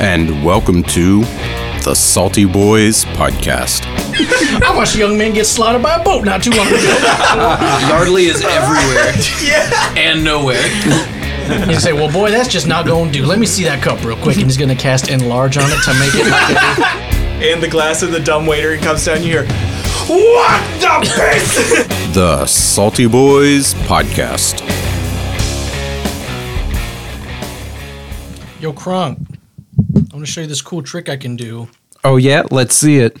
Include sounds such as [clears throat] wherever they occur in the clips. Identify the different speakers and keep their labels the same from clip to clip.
Speaker 1: and welcome to the Salty Boys Podcast.
Speaker 2: I watched a young man get slaughtered by a boat not too long ago.
Speaker 3: Gnarly
Speaker 4: [laughs]
Speaker 3: is everywhere. And nowhere.
Speaker 2: You say, well, boy, that's just not going to do. Let me see that cup real quick. And he's going to cast enlarge on it to make it.
Speaker 5: in the glass and the dumb waiter comes down. You hear, what the piss?
Speaker 1: The Salty Boys Podcast.
Speaker 2: Yo, Kronk, I'm going to show you this cool trick I can do.
Speaker 6: Oh yeah, let's see it.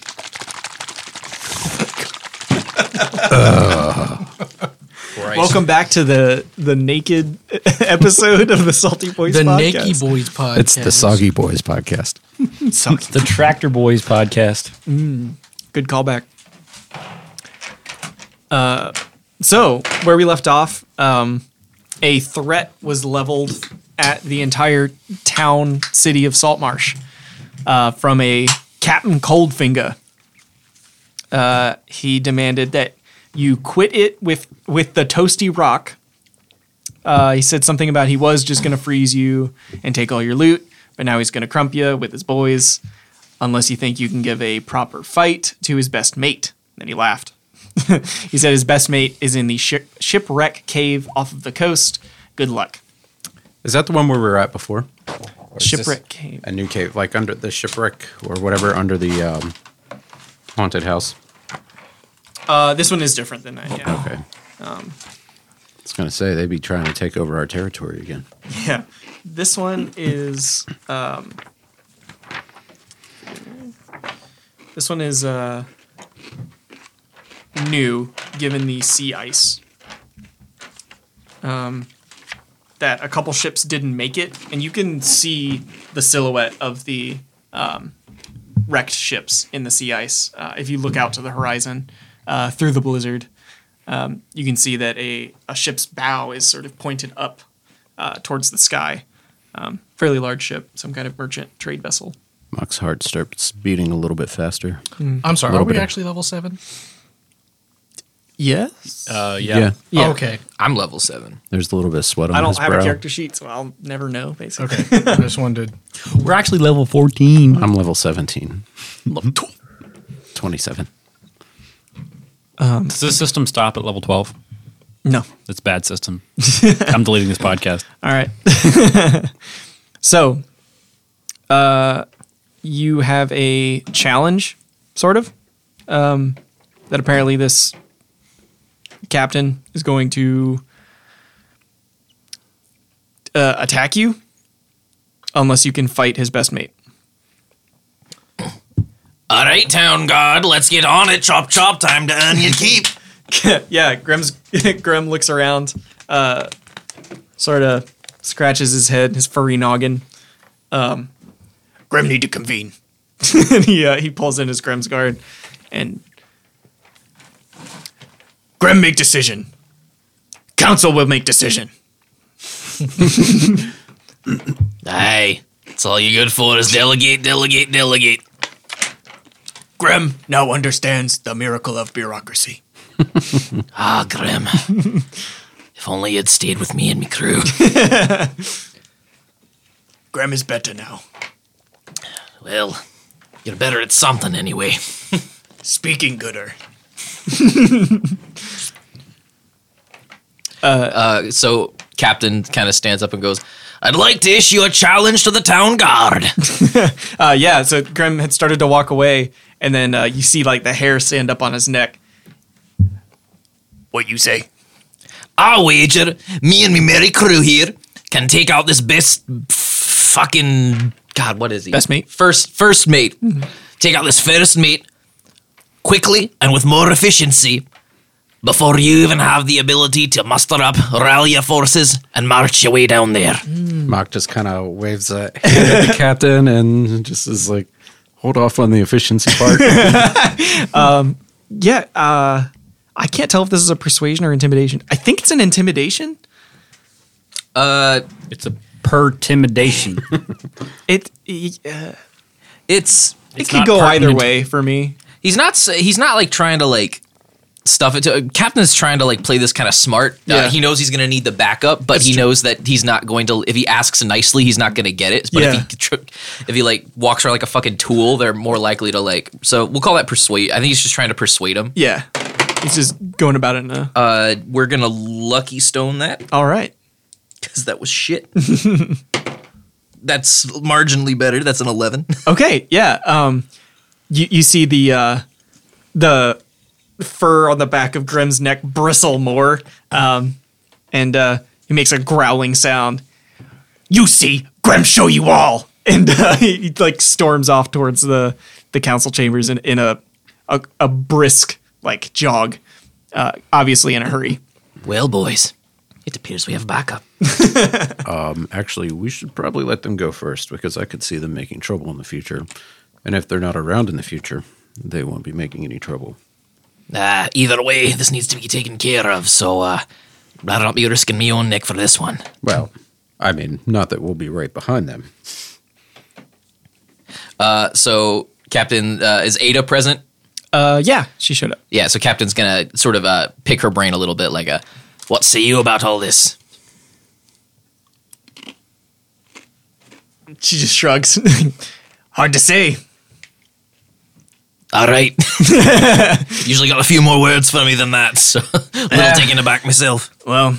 Speaker 5: Welcome back to the the naked [laughs] episode of the Salty Boys.
Speaker 2: The
Speaker 5: podcast.
Speaker 2: Naked Boys podcast.
Speaker 6: It's the Soggy Boys podcast.
Speaker 4: The Tractor Boys podcast.
Speaker 5: Good callback. Uh, so where we left off, um, a threat was leveled at the entire town city of Saltmarsh uh, from a Captain Coldfinger. Uh, he demanded that you quit it with with the toasty rock. Uh, he said something about he was just going to freeze you and take all your loot, but now he's going to crump you with his boys unless you think you can give a proper fight to his best mate. Then he laughed. [laughs] he said his best mate is in the ship- shipwreck cave off of the coast. Good luck.
Speaker 1: Is that the one where we were at before? Or is this
Speaker 5: Shipwreck cave.
Speaker 1: A new cave, like under the shipwreck or whatever, under the um, haunted house.
Speaker 5: Uh, this one is different than that. Yeah.
Speaker 1: Okay. I was going to say, they'd be trying to take over our territory again.
Speaker 5: yeah. This one is. Um, this one is uh, new, given the sea ice. Um, that a couple ships didn't make it, and you can see the silhouette of the um, wrecked ships in the sea ice uh, if you look out to the horizon uh, through the blizzard. Um, you can see that a, a ship's bow is sort of pointed up uh, towards the sky. Um, fairly large ship, some kind of merchant trade vessel.
Speaker 1: Mock's heart starts beating a little bit faster.
Speaker 2: I'm sorry, are
Speaker 1: Little
Speaker 2: we
Speaker 1: bit of-
Speaker 2: actually level seven?
Speaker 5: Yes.
Speaker 4: Uh, yeah.
Speaker 5: Yeah.
Speaker 2: Oh, Okay.
Speaker 3: I'm level seven.
Speaker 1: There's a little bit of sweat on
Speaker 5: I don't
Speaker 1: his
Speaker 5: have
Speaker 1: brow.
Speaker 5: a character sheet, so I'll never know, basically.
Speaker 2: Okay. [laughs] I just wanted to.
Speaker 6: We're actually level 14.
Speaker 1: I'm level 17,
Speaker 5: Level 12.
Speaker 1: 27.
Speaker 6: Um,
Speaker 4: Does this system stop at level 12?
Speaker 5: No.
Speaker 4: That's a bad [laughs] system. I'm deleting this podcast.
Speaker 5: All right. [laughs] so, uh, you have a challenge, sort of, um, that apparently this captain is going to uh, attack you unless you can fight his best mate.
Speaker 3: All right, town god, let's get on it. Chop, chop, time to earn your keep.
Speaker 5: [laughs] yeah, Grim's Grim looks around, uh, sort of scratches his head, his furry noggin. Um, Grim need to convene. [laughs] and he uh, he pulls in his Grim's guard, and Grim make decision. Council will make decision.
Speaker 3: Aye, that's all you're good for is delegate, delegate, delegate.
Speaker 5: Grim now understands the miracle of bureaucracy.
Speaker 3: Ah, [laughs] Grim. if only you'd stayed with me and me [laughs] crew.
Speaker 5: Grim is better now.
Speaker 3: well, you're better at something anyway.
Speaker 5: Speaking gooder.
Speaker 3: So, Captain kind of stands up and goes, I'd like to issue a challenge to the town guard.
Speaker 5: Uh, yeah, so Grim had started to walk away, and then uh, you see like the hair stand up on his neck. What you say?
Speaker 3: I wager me and me merry crew here can take out this best fucking God. What is he?
Speaker 5: Best mate?
Speaker 3: First, first mate. Take out this first mate quickly and with more efficiency before you even have the ability to muster up, rally your forces, and march your way down there.
Speaker 1: Mock just kind of
Speaker 6: [laughs]
Speaker 1: waves a hand at the captain and just is like, hold off on the efficiency
Speaker 6: [laughs]
Speaker 1: part.
Speaker 5: Yeah, uh, I can't tell if this is a persuasion or intimidation. I think it's an intimidation.
Speaker 4: It's a pertimidation.
Speaker 5: It uh,
Speaker 3: It's
Speaker 5: it
Speaker 4: not
Speaker 5: could go either
Speaker 4: pertinent.
Speaker 5: way for me.
Speaker 3: he's not s- he's not like trying to like stuff. It's, uh, Captain's trying to like play this kind of smart. Uh,
Speaker 5: Yeah.
Speaker 3: he knows he's going to need the backup, but he knows that he's not going to. If he asks nicely, he's not going to get it. But
Speaker 5: Yeah.
Speaker 3: if he tr- if he like walks around like a fucking tool, they're more likely to like. So we'll call that persuade. I think he's just trying to persuade him.
Speaker 5: Yeah. He's just going about it in a.
Speaker 3: Uh, we're gonna lucky stone that
Speaker 5: all right.
Speaker 3: because that was shit. [laughs] That's marginally better. That's an eleven.
Speaker 5: Okay. Yeah. Um, you, you see the uh, the fur on the back of Grimm's neck bristle more, um, and uh, he makes a growling sound. You see, Grim, show you all, [laughs] and uh, he, like storms off towards the the council chambers in, in a, a a brisk like jog, uh, obviously in a hurry.
Speaker 3: [laughs] well, boys, it appears we have backup.
Speaker 1: Um, Actually, we should probably let them go first because I could see them making trouble in the future. And if they're not around in the future, they won't be making any trouble.
Speaker 3: Uh, either way, this needs to be taken care of. So uh, rather not be risking me own neck for this one.
Speaker 1: Well, I mean, not that we'll be right behind them.
Speaker 3: Uh, so Captain uh, is Ada present?
Speaker 5: Uh, yeah, she showed up.
Speaker 3: Yeah. So Captain's gonna sort of uh, pick her brain a little bit, like a, "What say you about all this?"
Speaker 5: She just shrugs. [laughs] Hard to say.
Speaker 3: All [laughs] right. Usually got a few more words for me than that, so [laughs] a little taken aback myself.
Speaker 5: Well,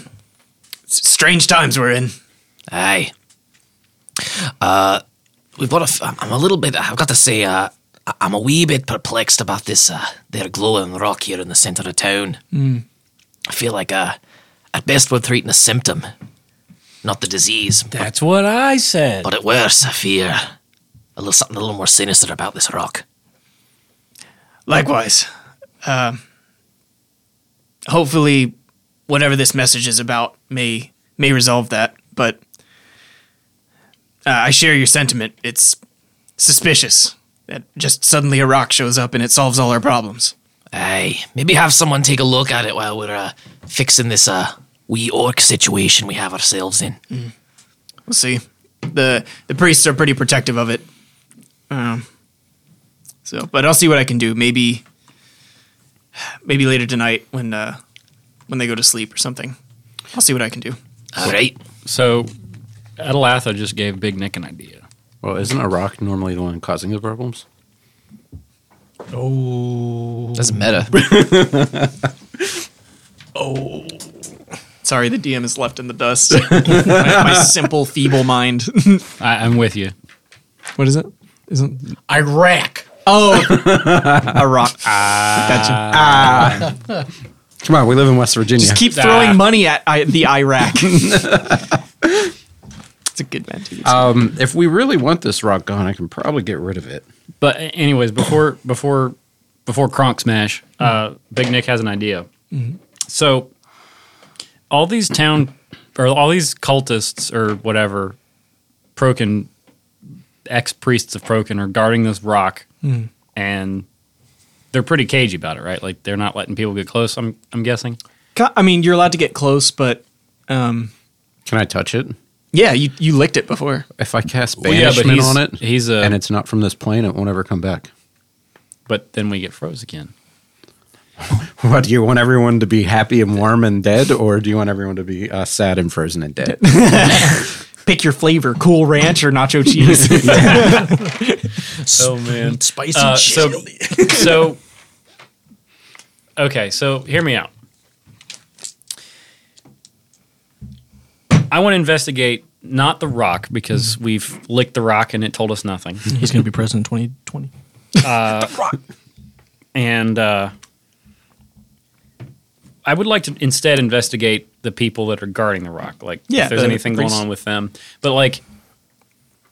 Speaker 5: s- strange times we're in.
Speaker 3: Aye. Uh, we've got a. F- I'm I'm a little bit. I've got to say, uh, I- I'm a wee bit perplexed about this. Uh, their glowing rock here in the center of town.
Speaker 7: Hmm.
Speaker 3: I feel like, uh, at best, we're treating a symptom, not the disease.
Speaker 4: That's what I said.
Speaker 3: But at worst, I fear a little something a little more sinister about this rock.
Speaker 5: Likewise. Um, hopefully, whatever this message is about may may resolve that. But uh, I share your sentiment. It's suspicious that just suddenly a rock shows up and it solves all our problems.
Speaker 3: Aye, maybe have someone take a look at it while we're uh, fixing this uh, wee orc situation we have ourselves in.
Speaker 7: Hmm.
Speaker 5: We'll see. the The priests are pretty protective of it. Um, so, but I'll see what I can do. Maybe, maybe later tonight when uh, when they go to sleep or something. I'll see what I can do.
Speaker 3: All right.
Speaker 4: So, Adelatha just gave Big Nick an idea.
Speaker 1: Well, isn't a rock normally the one causing the problems?
Speaker 3: That's meta.
Speaker 5: Sorry, the DM is left in the dust. [laughs] my, my simple, feeble mind.
Speaker 4: I, I'm with you.
Speaker 5: [laughs] what is it? Isn't
Speaker 2: Iraq.
Speaker 5: a rock? gotcha. Ah.
Speaker 1: Ah. Come on, we live in West Virginia.
Speaker 5: Just keep throwing money at I, the
Speaker 1: [laughs]
Speaker 5: Iraq. it's a good man. too.
Speaker 1: um, if we really want this rock gone, I can probably get rid of it.
Speaker 4: But anyways, before before before Kronk Smash, uh, Big Nick has an idea. So all these town or all these cultists or whatever, Prokin ex priests of Prokin are guarding this rock, and they're pretty cagey about it, right? Like they're not letting people get close. I'm I'm guessing.
Speaker 5: Ca- I mean, you're allowed to get close, but
Speaker 1: Can I touch it?
Speaker 5: yeah, you you licked it before.
Speaker 1: If I cast
Speaker 4: Well, yeah,
Speaker 1: banishment
Speaker 4: but he's-
Speaker 1: on it,
Speaker 4: he's a-
Speaker 1: and it's not from this plane, it won't ever come back.
Speaker 4: But then we get froze again.
Speaker 1: [laughs] What do you want everyone to be happy and warm and dead, or do you want everyone to be uh, sad and frozen and [laughs] dead?
Speaker 5: Pick your flavor: Cool Ranch or Nacho Cheese.
Speaker 4: Oh man.
Speaker 2: Spicy
Speaker 4: Uh,
Speaker 2: shit.
Speaker 4: so, so okay so hear me out i want to investigate not the rock because we've licked the rock and it told us nothing
Speaker 2: He's
Speaker 5: [laughs]
Speaker 2: going to be president in 2020.
Speaker 4: and uh, i would like to instead investigate the people that are guarding the rock like
Speaker 5: Yeah,
Speaker 4: if there's
Speaker 5: the
Speaker 4: anything going
Speaker 5: priests.
Speaker 4: on with them but like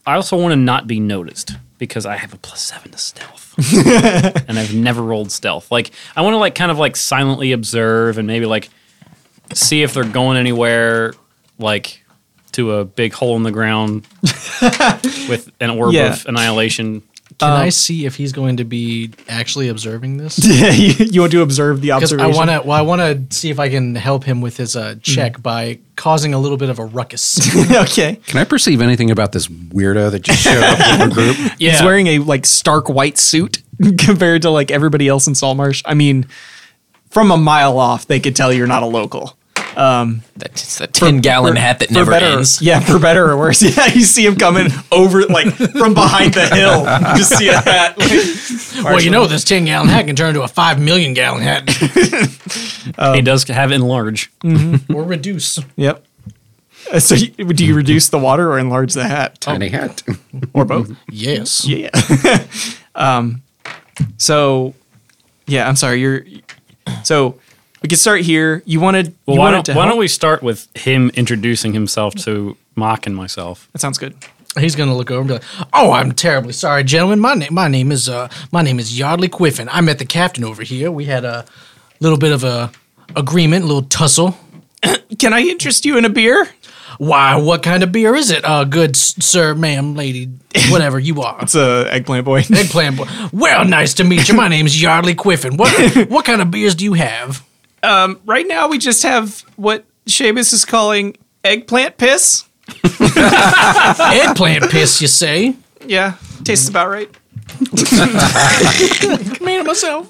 Speaker 4: i also want to not be noticed because i have a plus seven
Speaker 5: [laughs]
Speaker 4: to stealth and I've never rolled stealth. Like I want to like kind of like silently observe and maybe like see if they're going anywhere, like to a big hole in
Speaker 5: [laughs]
Speaker 4: the ground with an orb
Speaker 5: Yeah.
Speaker 4: of annihilation.
Speaker 2: Can I see if he's going to be actually observing this?
Speaker 5: Yeah, [laughs] you, you want to observe the
Speaker 2: Because
Speaker 5: observation?
Speaker 2: I want to, well, I want to see if I can help him with his uh, check by causing a little bit of a
Speaker 5: [laughs]
Speaker 2: ruckus.
Speaker 5: [laughs] okay.
Speaker 1: Can I perceive anything about this weirdo that just showed up in our group? [laughs]
Speaker 4: Yeah,
Speaker 5: He's [laughs] wearing a like stark white suit compared to like everybody else in Saltmarsh. I mean, from a mile off, they could tell you're not a local.
Speaker 7: That, it's that 10 gallon
Speaker 5: for-
Speaker 7: hat that
Speaker 5: for
Speaker 7: never
Speaker 5: better,
Speaker 7: ends.
Speaker 5: [laughs] Yeah, for better or worse. Yeah, you see him coming over like from behind the hill. You see a hat. like-
Speaker 2: Well, you know this ten gallon hat can turn into a five million gallon hat [laughs]
Speaker 5: Um,
Speaker 4: he does have enlarge.
Speaker 2: or reduce.
Speaker 5: Yep. Uh, So you, do you reduce the water or enlarge the hat?
Speaker 1: Tiny hat.
Speaker 5: Or both?
Speaker 2: Yes.
Speaker 5: Yeah. [laughs] um, so, yeah, I'm sorry. You're so we can start here. You wanted.
Speaker 4: Well,
Speaker 5: you
Speaker 4: why,
Speaker 5: wanted
Speaker 4: don't,
Speaker 5: to
Speaker 4: why
Speaker 5: help?
Speaker 4: don't we start with him introducing himself to Mock and myself?
Speaker 5: That sounds good.
Speaker 2: He's gonna look over and be like, "Oh, I'm terribly sorry, gentlemen. My name, my name is, uh, my name is Yardley Quiffin. I met the captain over here. We had a little bit of a agreement, a little tussle.
Speaker 5: Can I interest you in a beer?
Speaker 2: Why? What kind of beer is it? Uh, good s- sir, ma'am, lady, whatever you are.
Speaker 5: It's a eggplant boy. [laughs]
Speaker 2: Eggplant boy. Well, nice to meet you. My name's Yardley Quiffin. What what kind of beers do you have?
Speaker 5: right now, we just have what Seamus is calling eggplant piss.
Speaker 2: Eggplant piss, you say?
Speaker 5: Yeah, tastes about right. [laughs]
Speaker 2: Made it myself.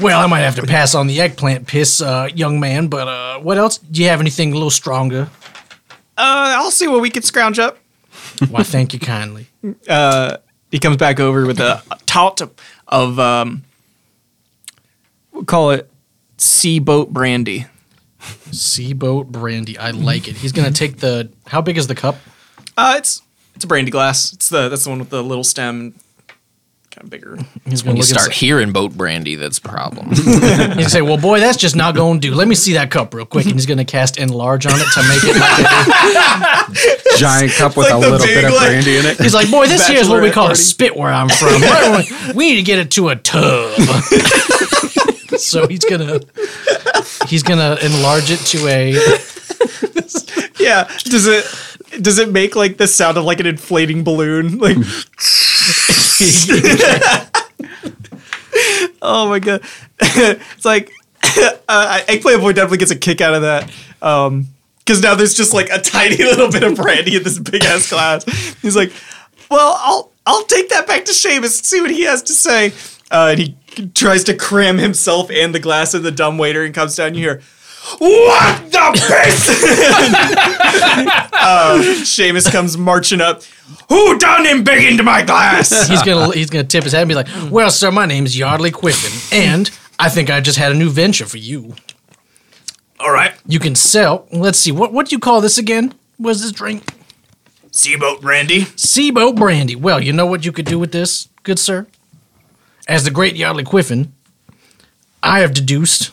Speaker 2: well, I might have to pass on the eggplant piss, uh, young man. But uh, what else? Do you have anything a little stronger?
Speaker 5: Uh, I'll see what we can scrounge up.
Speaker 2: Why, thank you kindly.
Speaker 5: He comes back over with a tot of um, we'll call it sea boat brandy.
Speaker 2: Seaboat brandy. I like it. He's gonna take the. How big is the cup?
Speaker 5: Uh, it's it's a brandy glass. It's the that's the one with the little stem, and kind of bigger.
Speaker 2: He's gonna
Speaker 7: When you
Speaker 2: look at it
Speaker 7: start
Speaker 2: and
Speaker 7: hearing boat brandy, that's a problem.
Speaker 2: say- He's gonna say, "Well, boy, that's just not gonna do. Let me see that cup real quick." And he's gonna cast enlarge on it to
Speaker 7: [laughs]
Speaker 2: make it. Like a,
Speaker 6: Giant cup with a little bit of brandy
Speaker 1: [laughs]
Speaker 6: in it.
Speaker 2: [laughs] he's like, "Boy, this here is what we
Speaker 5: Bachelorette
Speaker 2: call
Speaker 5: party.
Speaker 2: a spit where I'm from. Right away, we need to get it to a tub." [laughs] so he's gonna he's gonna enlarge it to a
Speaker 5: [laughs] Yeah. Does it does it make like the sound of like an inflating balloon? Like [laughs] Oh my god. it's like [laughs] uh, Eggplant Boy definitely gets a kick out of that. Um because now there's just like a tiny [laughs] little bit of brandy in this big ass glass. He's like, "Well, I'll I'll take that back to Seamus and see what he has to say." Uh, and he tries to cram himself and the glass in the dumb waiter and comes down. You hear, "What the piss?" [laughs] Uh, Seamus comes marching up. Who done him big into my glass?
Speaker 2: he's gonna he's gonna tip his hat and be like, "Well, sir, my name's Yardley Quiffin, and I think I just had a new venture for you.
Speaker 5: All right,
Speaker 2: You can sell. Let's see what what do you call this again? What's this drink?
Speaker 5: Seaboat Randy.
Speaker 2: Seaboat brandy. Well, you know what you could do with this, good sir. As the great Yardley Quiffin, I have
Speaker 5: [laughs]
Speaker 2: deduced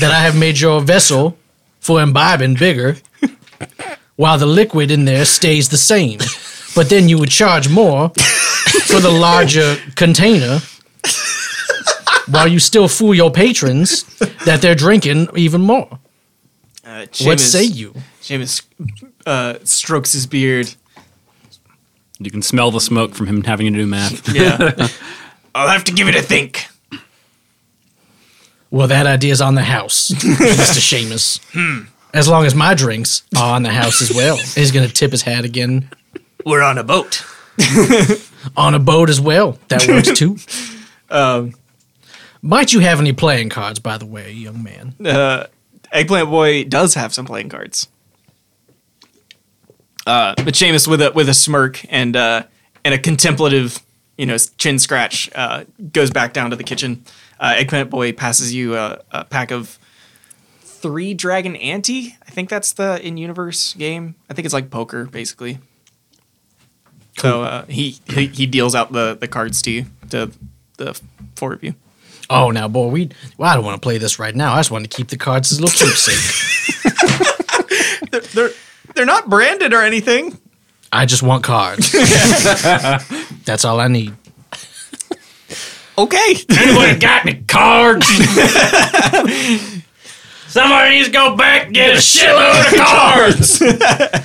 Speaker 2: that I have made your vessel for imbibing bigger, while the liquid in there stays the same. But then you would charge more for the larger container, while you still fool your patrons that they're drinking even more.
Speaker 5: Uh,
Speaker 2: What say you?
Speaker 5: Seamus uh, strokes his beard.
Speaker 4: You can smell the smoke from him having to do math.
Speaker 5: Yeah, I'll have to give it a think.
Speaker 2: Well, that idea's on the house, [laughs] Mr. Seamus.
Speaker 5: Hmm.
Speaker 2: As long as my drinks are on the house as well. He's going to tip his hat again
Speaker 5: We're on a boat.
Speaker 2: [laughs] on a boat as well. That works too.
Speaker 5: [laughs]
Speaker 2: Um, Might you have any playing cards, by the way, young man?
Speaker 5: Eggplant Boy does have some playing cards. Uh, but Seamus, with a with a smirk and uh, and a contemplative, you know, chin scratch, uh, goes back down to the kitchen. Uh, Eggplant Boy passes you a, a pack of three Dragon Ante. I think that's the in universe game. I think it's like poker, basically. So uh, he, he he deals out the the cards to you to the four of you.
Speaker 2: Oh, now, boy, we, well, I don't want to play this right now. I just want to keep the cards as a little keepsake.
Speaker 5: They're they're not branded or anything.
Speaker 2: I just
Speaker 7: [laughs]
Speaker 2: want cards. That's all I need.
Speaker 5: Okay.
Speaker 7: Anybody got any [laughs] cards? Somebody needs to go back and get a shitload of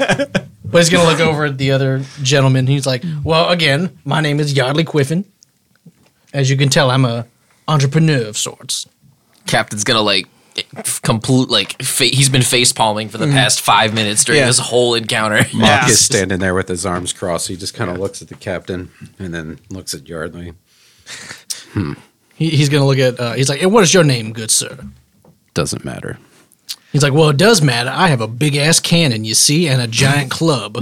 Speaker 7: cards.
Speaker 2: But he's gonna look over at the other gentleman. He's like, "Well, again, my name is Yardley Quiffin. As you can tell, I'm a entrepreneur of sorts.
Speaker 7: Captain's gonna like complete like fa- he's been face palming for the past five minutes during
Speaker 5: Yeah.
Speaker 7: this whole encounter.
Speaker 1: Mock is standing there with his arms crossed. He just kind of looks at the captain and then looks at Yardley. Hmm.
Speaker 2: He, he's gonna look at. Uh, he's like, "Hey, "What is your name, good sir?"
Speaker 1: Doesn't matter.
Speaker 2: He's like, "Well, it does matter. I have a big ass cannon, you see, and a giant club.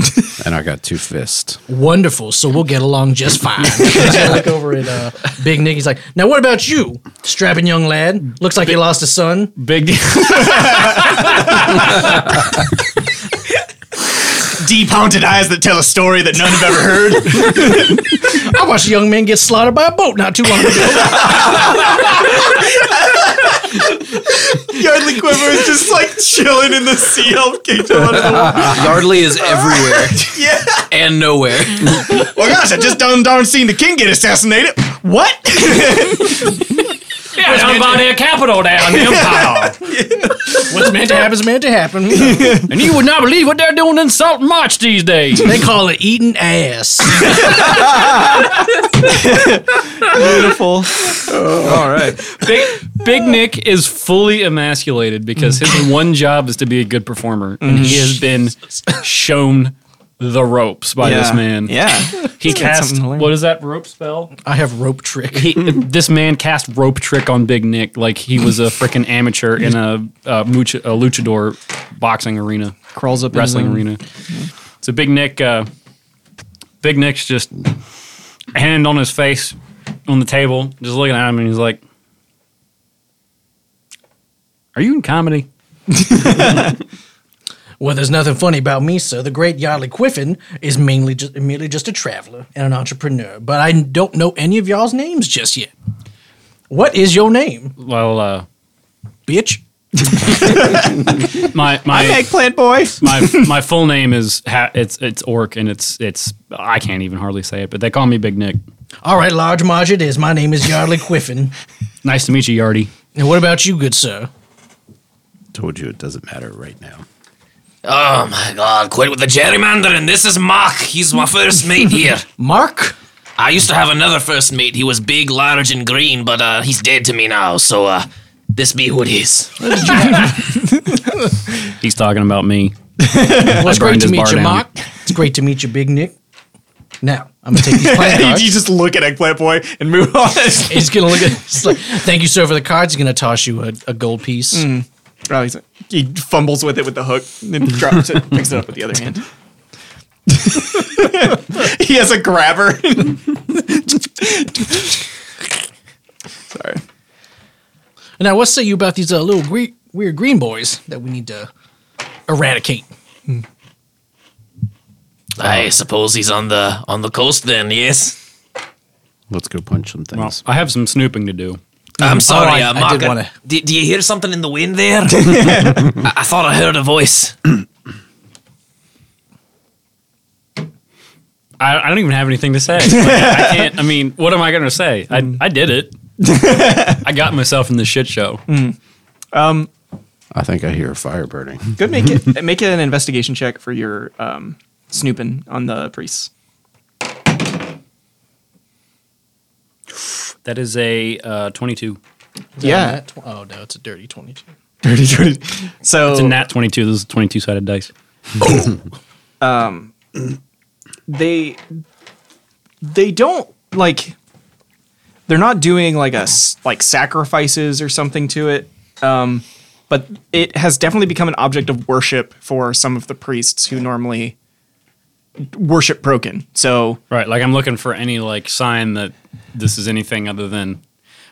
Speaker 1: And I got two fists.
Speaker 2: Wonderful. So we'll get along just fine." [laughs] He's gonna look over at uh, Big Nick. He's like, "Now, what about you, strapping young lad? Looks like you lost a son."
Speaker 4: [laughs] Big
Speaker 8: Depounded eyes that tell a story that none have ever heard.
Speaker 2: I watched a young man get slaughtered by a boat not too long ago.
Speaker 8: Yardley Quiver is just like chilling in the sea elf kingdom. under the wall.
Speaker 7: Yardley is everywhere
Speaker 8: Yeah.
Speaker 7: and [laughs] nowhere.
Speaker 8: Well, gosh, I just done darn seen the king get assassinated. What?
Speaker 4: [laughs] yeah, down by their capital
Speaker 2: [laughs]
Speaker 4: down the empire.
Speaker 2: What's meant to happen is meant to happen. You know.
Speaker 4: [laughs] and you would not believe what they're doing in Salt March these days.
Speaker 2: They call it eating ass.
Speaker 5: [laughs] Beautiful.
Speaker 6: All right.
Speaker 4: Big, [laughs] Big Nick is fully emasculated because his one job is to be a good performer, and he has been shown the ropes by this man.
Speaker 5: Yeah.
Speaker 4: [laughs] He cast
Speaker 5: something hilarious.
Speaker 4: what is that rope spell?
Speaker 2: I have rope trick.
Speaker 4: He, this man cast rope trick on Big Nick like he was a freaking amateur in a, uh mucha, a luchador boxing arena,
Speaker 5: Crawls up in his [laughs]
Speaker 4: wrestling
Speaker 5: own-
Speaker 4: arena. So Big Nick, uh, Big Nick's just hand on his face on the table, just looking at him, and he's like, "Are you in comedy?"
Speaker 2: Well, there's nothing funny about me, sir. The great Yardley Quiffin is mainly just merely just a traveler and an entrepreneur, but I don't know any of y'all's names just yet. What is your name,
Speaker 4: Well, uh,
Speaker 2: bitch?
Speaker 4: my my
Speaker 5: Eggplant boy.
Speaker 4: my my full name is ha- it's it's Orc, and it's it's I can't even hardly say it, but they call me Big Nick.
Speaker 2: All right, large Marge it is. My name is Yardley Quiffin.
Speaker 4: Nice to meet you, Yardy.
Speaker 2: And what about you, good sir?
Speaker 1: [laughs] Told you it doesn't matter right now.
Speaker 7: Oh my god, quit with the gerrymandering. This is Mark. He's my first mate here.
Speaker 4: [laughs]
Speaker 2: Mark?
Speaker 7: I used to have another first mate. He was big, large, and green, but uh, he's dead to me now, so uh, this be who it is.
Speaker 4: He's talking about me.
Speaker 2: Well, it's great
Speaker 4: burned
Speaker 2: to
Speaker 4: his
Speaker 2: meet
Speaker 4: bar
Speaker 2: you,
Speaker 4: down.
Speaker 2: Mark. It's great to meet you, Big Nick. Now, I'm going to
Speaker 4: [laughs]
Speaker 2: take these playing cards.
Speaker 8: you just look at Eggplant Boy and move on.
Speaker 2: He's gonna look at. [laughs] He's like, Thank you, sir, for the cards. He's gonna toss you a, a gold
Speaker 4: Mm.
Speaker 2: piece.
Speaker 5: Oh, he's, he fumbles with it with the hook and then drops it, picks it up with the other hand. [laughs]
Speaker 8: he has a grabber.
Speaker 5: [laughs] Sorry.
Speaker 2: Now, what say you about these uh, little gre- weird green boys that we need to eradicate?
Speaker 7: I suppose he's on the on the coast then, yes?
Speaker 1: Let's go punch some
Speaker 4: Well,
Speaker 1: things.
Speaker 4: I have some snooping to do.
Speaker 7: I'm sorry,
Speaker 2: Oh, I-
Speaker 7: uh,
Speaker 2: I
Speaker 7: Mark.
Speaker 2: did wanna-
Speaker 7: do, do you hear something in the wind there? I, I thought I heard a voice.
Speaker 4: I, I don't even have anything to say. Like, I can't. I mean, what am I going to say? I, I did it. I got myself in this shit show.
Speaker 1: I think I hear a fire burning. [laughs]
Speaker 5: Good. Make it make it an investigation check for your um, snooping on the priests.
Speaker 4: That is a uh, 22.
Speaker 2: Is that
Speaker 5: Yeah.
Speaker 2: a nat tw- Oh no, it's a dirty twenty-two.
Speaker 5: Dirty, dirty. So
Speaker 4: It's a nat 22. This is 22 sided dice.
Speaker 5: they they don't like they're not doing like a s- like sacrifices or something to it um but it has definitely become an object of worship for some of the priests who normally worship broken so
Speaker 4: Right. Like, I'm looking for any like sign that this is anything other than.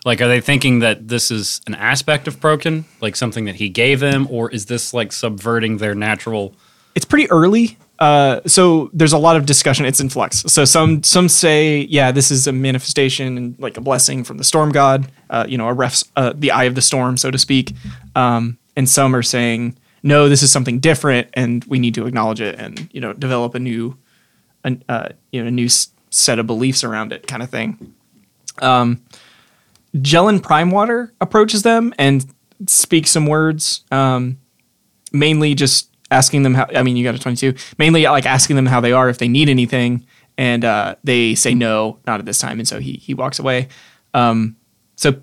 Speaker 4: Like, are they thinking that this is an aspect of Broken, like something that he gave them, or is this like subverting their natural?
Speaker 5: it's pretty early. Uh, so there's a lot of discussion. It's in flux. So some some say, yeah, this is a manifestation and like a blessing from the storm god. Uh, you know, a refs uh, the eye of the storm, so to speak. Um, and some are saying, no, this is something different, and we need to acknowledge it and you know develop a new, an, uh, you know, a new s- set of beliefs around it, kind of thing. Um, Jellin Primewater approaches them and speaks some words, um, mainly just asking them how. I mean, you got a twenty-two. Mainly like asking them how they are, if they need anything, and uh, they say no, not at this time, and so he he walks away. Um, so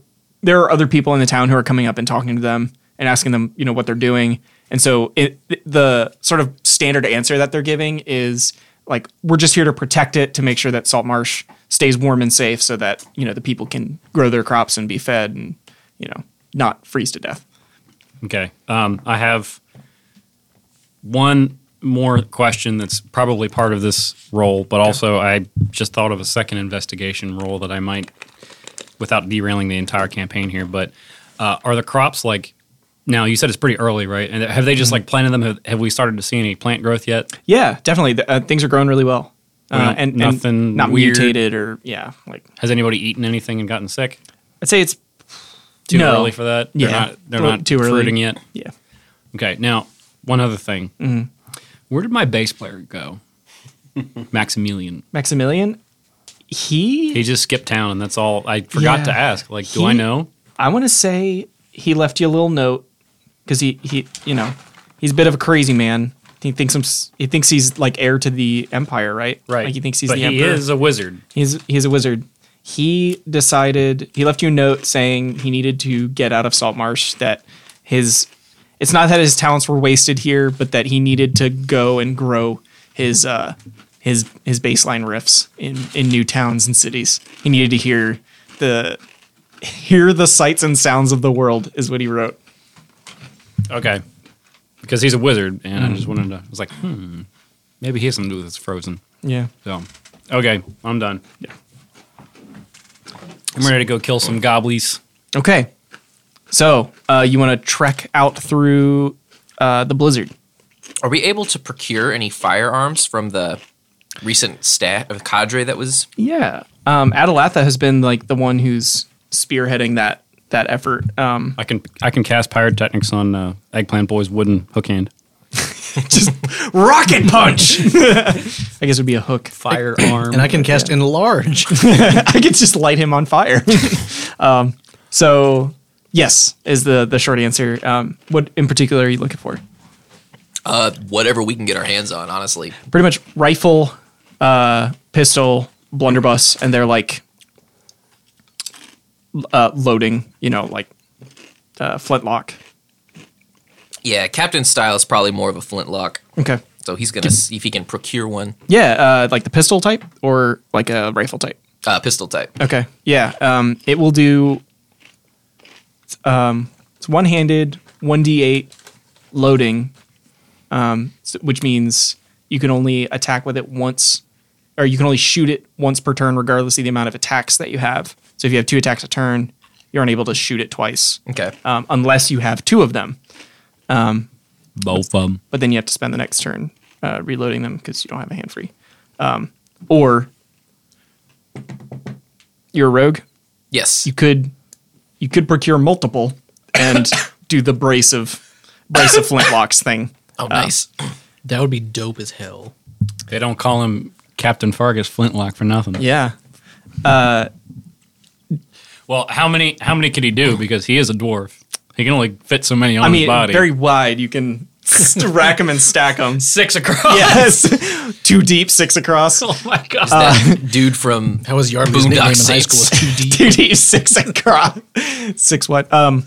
Speaker 5: there are other people in the town who are coming up and talking to them and asking them, you know, what they're doing, and so it, the sort of standard answer that they're giving is like, we're just here to protect it, to make sure that Salt Marsh stays warm and safe so that you know the people can grow their crops and be fed and you know not freeze to death.
Speaker 4: Okay. Um, I have one more question that's probably part of this role, but also I just thought of a second investigation role that I might, without derailing the entire campaign here, but uh, are the crops like, now you said it's pretty early, right? And have they just
Speaker 5: Mm-hmm.
Speaker 4: like planted them? Have, have we started to see any plant growth yet?
Speaker 5: Yeah, definitely. The, uh, things are growing really well. Uh,
Speaker 4: Not-
Speaker 5: and, and
Speaker 4: nothing
Speaker 5: not
Speaker 4: weird.
Speaker 5: mutated or yeah, like
Speaker 4: Has anybody eaten anything and gotten sick?
Speaker 5: I'd say it's
Speaker 4: Too
Speaker 5: No.
Speaker 4: early for that. They're
Speaker 5: Yeah.
Speaker 4: not, they're
Speaker 5: Well,
Speaker 4: not
Speaker 5: too early.
Speaker 4: fruiting yet.
Speaker 5: yeah.
Speaker 4: Okay. Now, one other thing.
Speaker 5: Mm-hmm.
Speaker 4: Where did my bass player
Speaker 5: [laughs]
Speaker 4: go? Maximilian.
Speaker 5: Maximilian, he,
Speaker 4: He just skipped town, and that's all. I forgot
Speaker 5: Yeah.
Speaker 4: to ask. Like, do I
Speaker 5: He-
Speaker 4: know?
Speaker 5: I want to say he left you a little note because he he you know he's a bit of a crazy man. He thinks him, he thinks he's like heir to the empire, right? Like he thinks he's
Speaker 4: but
Speaker 5: the
Speaker 4: he
Speaker 5: emperor.
Speaker 4: is a wizard.
Speaker 5: He's he's a wizard. He decided he left you a note saying he needed to get out of Saltmarsh. That his it's not that his talents were wasted here, but that he needed to go and grow his uh his his baseline riffs in in new towns and cities. He needed to hear the hear the sights and sounds of the world is what he wrote.
Speaker 4: Okay, because he's a wizard, and I
Speaker 5: Mm.
Speaker 4: just wanted to. I was like, hmm, maybe he has something to do with this frozen.
Speaker 5: Yeah.
Speaker 4: So, okay, I'm done. Yeah, I'm ready to go kill some goblies.
Speaker 5: Okay. So, uh, you want to trek out through uh, the blizzard?
Speaker 3: Are we able to procure any firearms from the recent staff of cadre that was?
Speaker 5: Yeah. Um, Adalatha has been like the one who's spearheading that that effort. Um,
Speaker 4: I can I can cast pyrotechnics on uh, Eggplant Boy's wooden hook hand.
Speaker 5: rocket punch. [laughs] I guess it would be a hook.
Speaker 4: Firearm.
Speaker 2: And I can cast
Speaker 3: [laughs]
Speaker 2: enlarge.
Speaker 5: I could just light him on fire. [laughs] um, so yes is the the short answer. Um, what in particular are you looking for?
Speaker 3: Uh, whatever we can get our hands on, honestly.
Speaker 5: Pretty much rifle, uh, pistol, blunderbuss, and they're like uh, loading. You know, like uh, flintlock.
Speaker 3: Yeah, Captain Style is probably more of a flintlock,
Speaker 5: Okay.
Speaker 3: so he's gonna see if he can procure one,
Speaker 5: Yeah, uh, like the pistol type or like a rifle type.
Speaker 3: uh, pistol type.
Speaker 5: Okay. Yeah. Um, it will do. it's, Um, it's one-handed, one d8 loading, um, s- which means you can only attack with it once, or you can only shoot it once per turn, regardless of the amount of attacks that you have. So if you have two attacks a turn, you're unable to shoot it twice,
Speaker 3: Okay.
Speaker 5: um, unless you have two of them.
Speaker 4: Both of them.
Speaker 5: But then you have to spend the next turn uh, reloading them because you don't have a hand free, um, or you're a rogue.
Speaker 3: yes.
Speaker 5: you could you could procure multiple [coughs] and do the brace of brace of flintlocks thing.
Speaker 3: oh, nice.
Speaker 2: that would be dope as hell.
Speaker 4: They don't call him Captain Fargus Flintlock for nothing.
Speaker 5: Yeah.
Speaker 4: Well, how many how many could he do? Because he is a dwarf. He can only fit so many on
Speaker 5: I
Speaker 4: his
Speaker 5: mean,
Speaker 4: body.
Speaker 5: very wide. You can [laughs] rack them and stack them.
Speaker 4: six across.
Speaker 5: Yes. [laughs] Two deep, six across.
Speaker 4: [laughs] Oh my god.
Speaker 3: That Uh, dude from
Speaker 2: That was Yardley's nickname in
Speaker 3: Boondock
Speaker 2: high
Speaker 3: Saints.
Speaker 2: school. Two D.
Speaker 5: [laughs] Two deep, six across. Six what? Um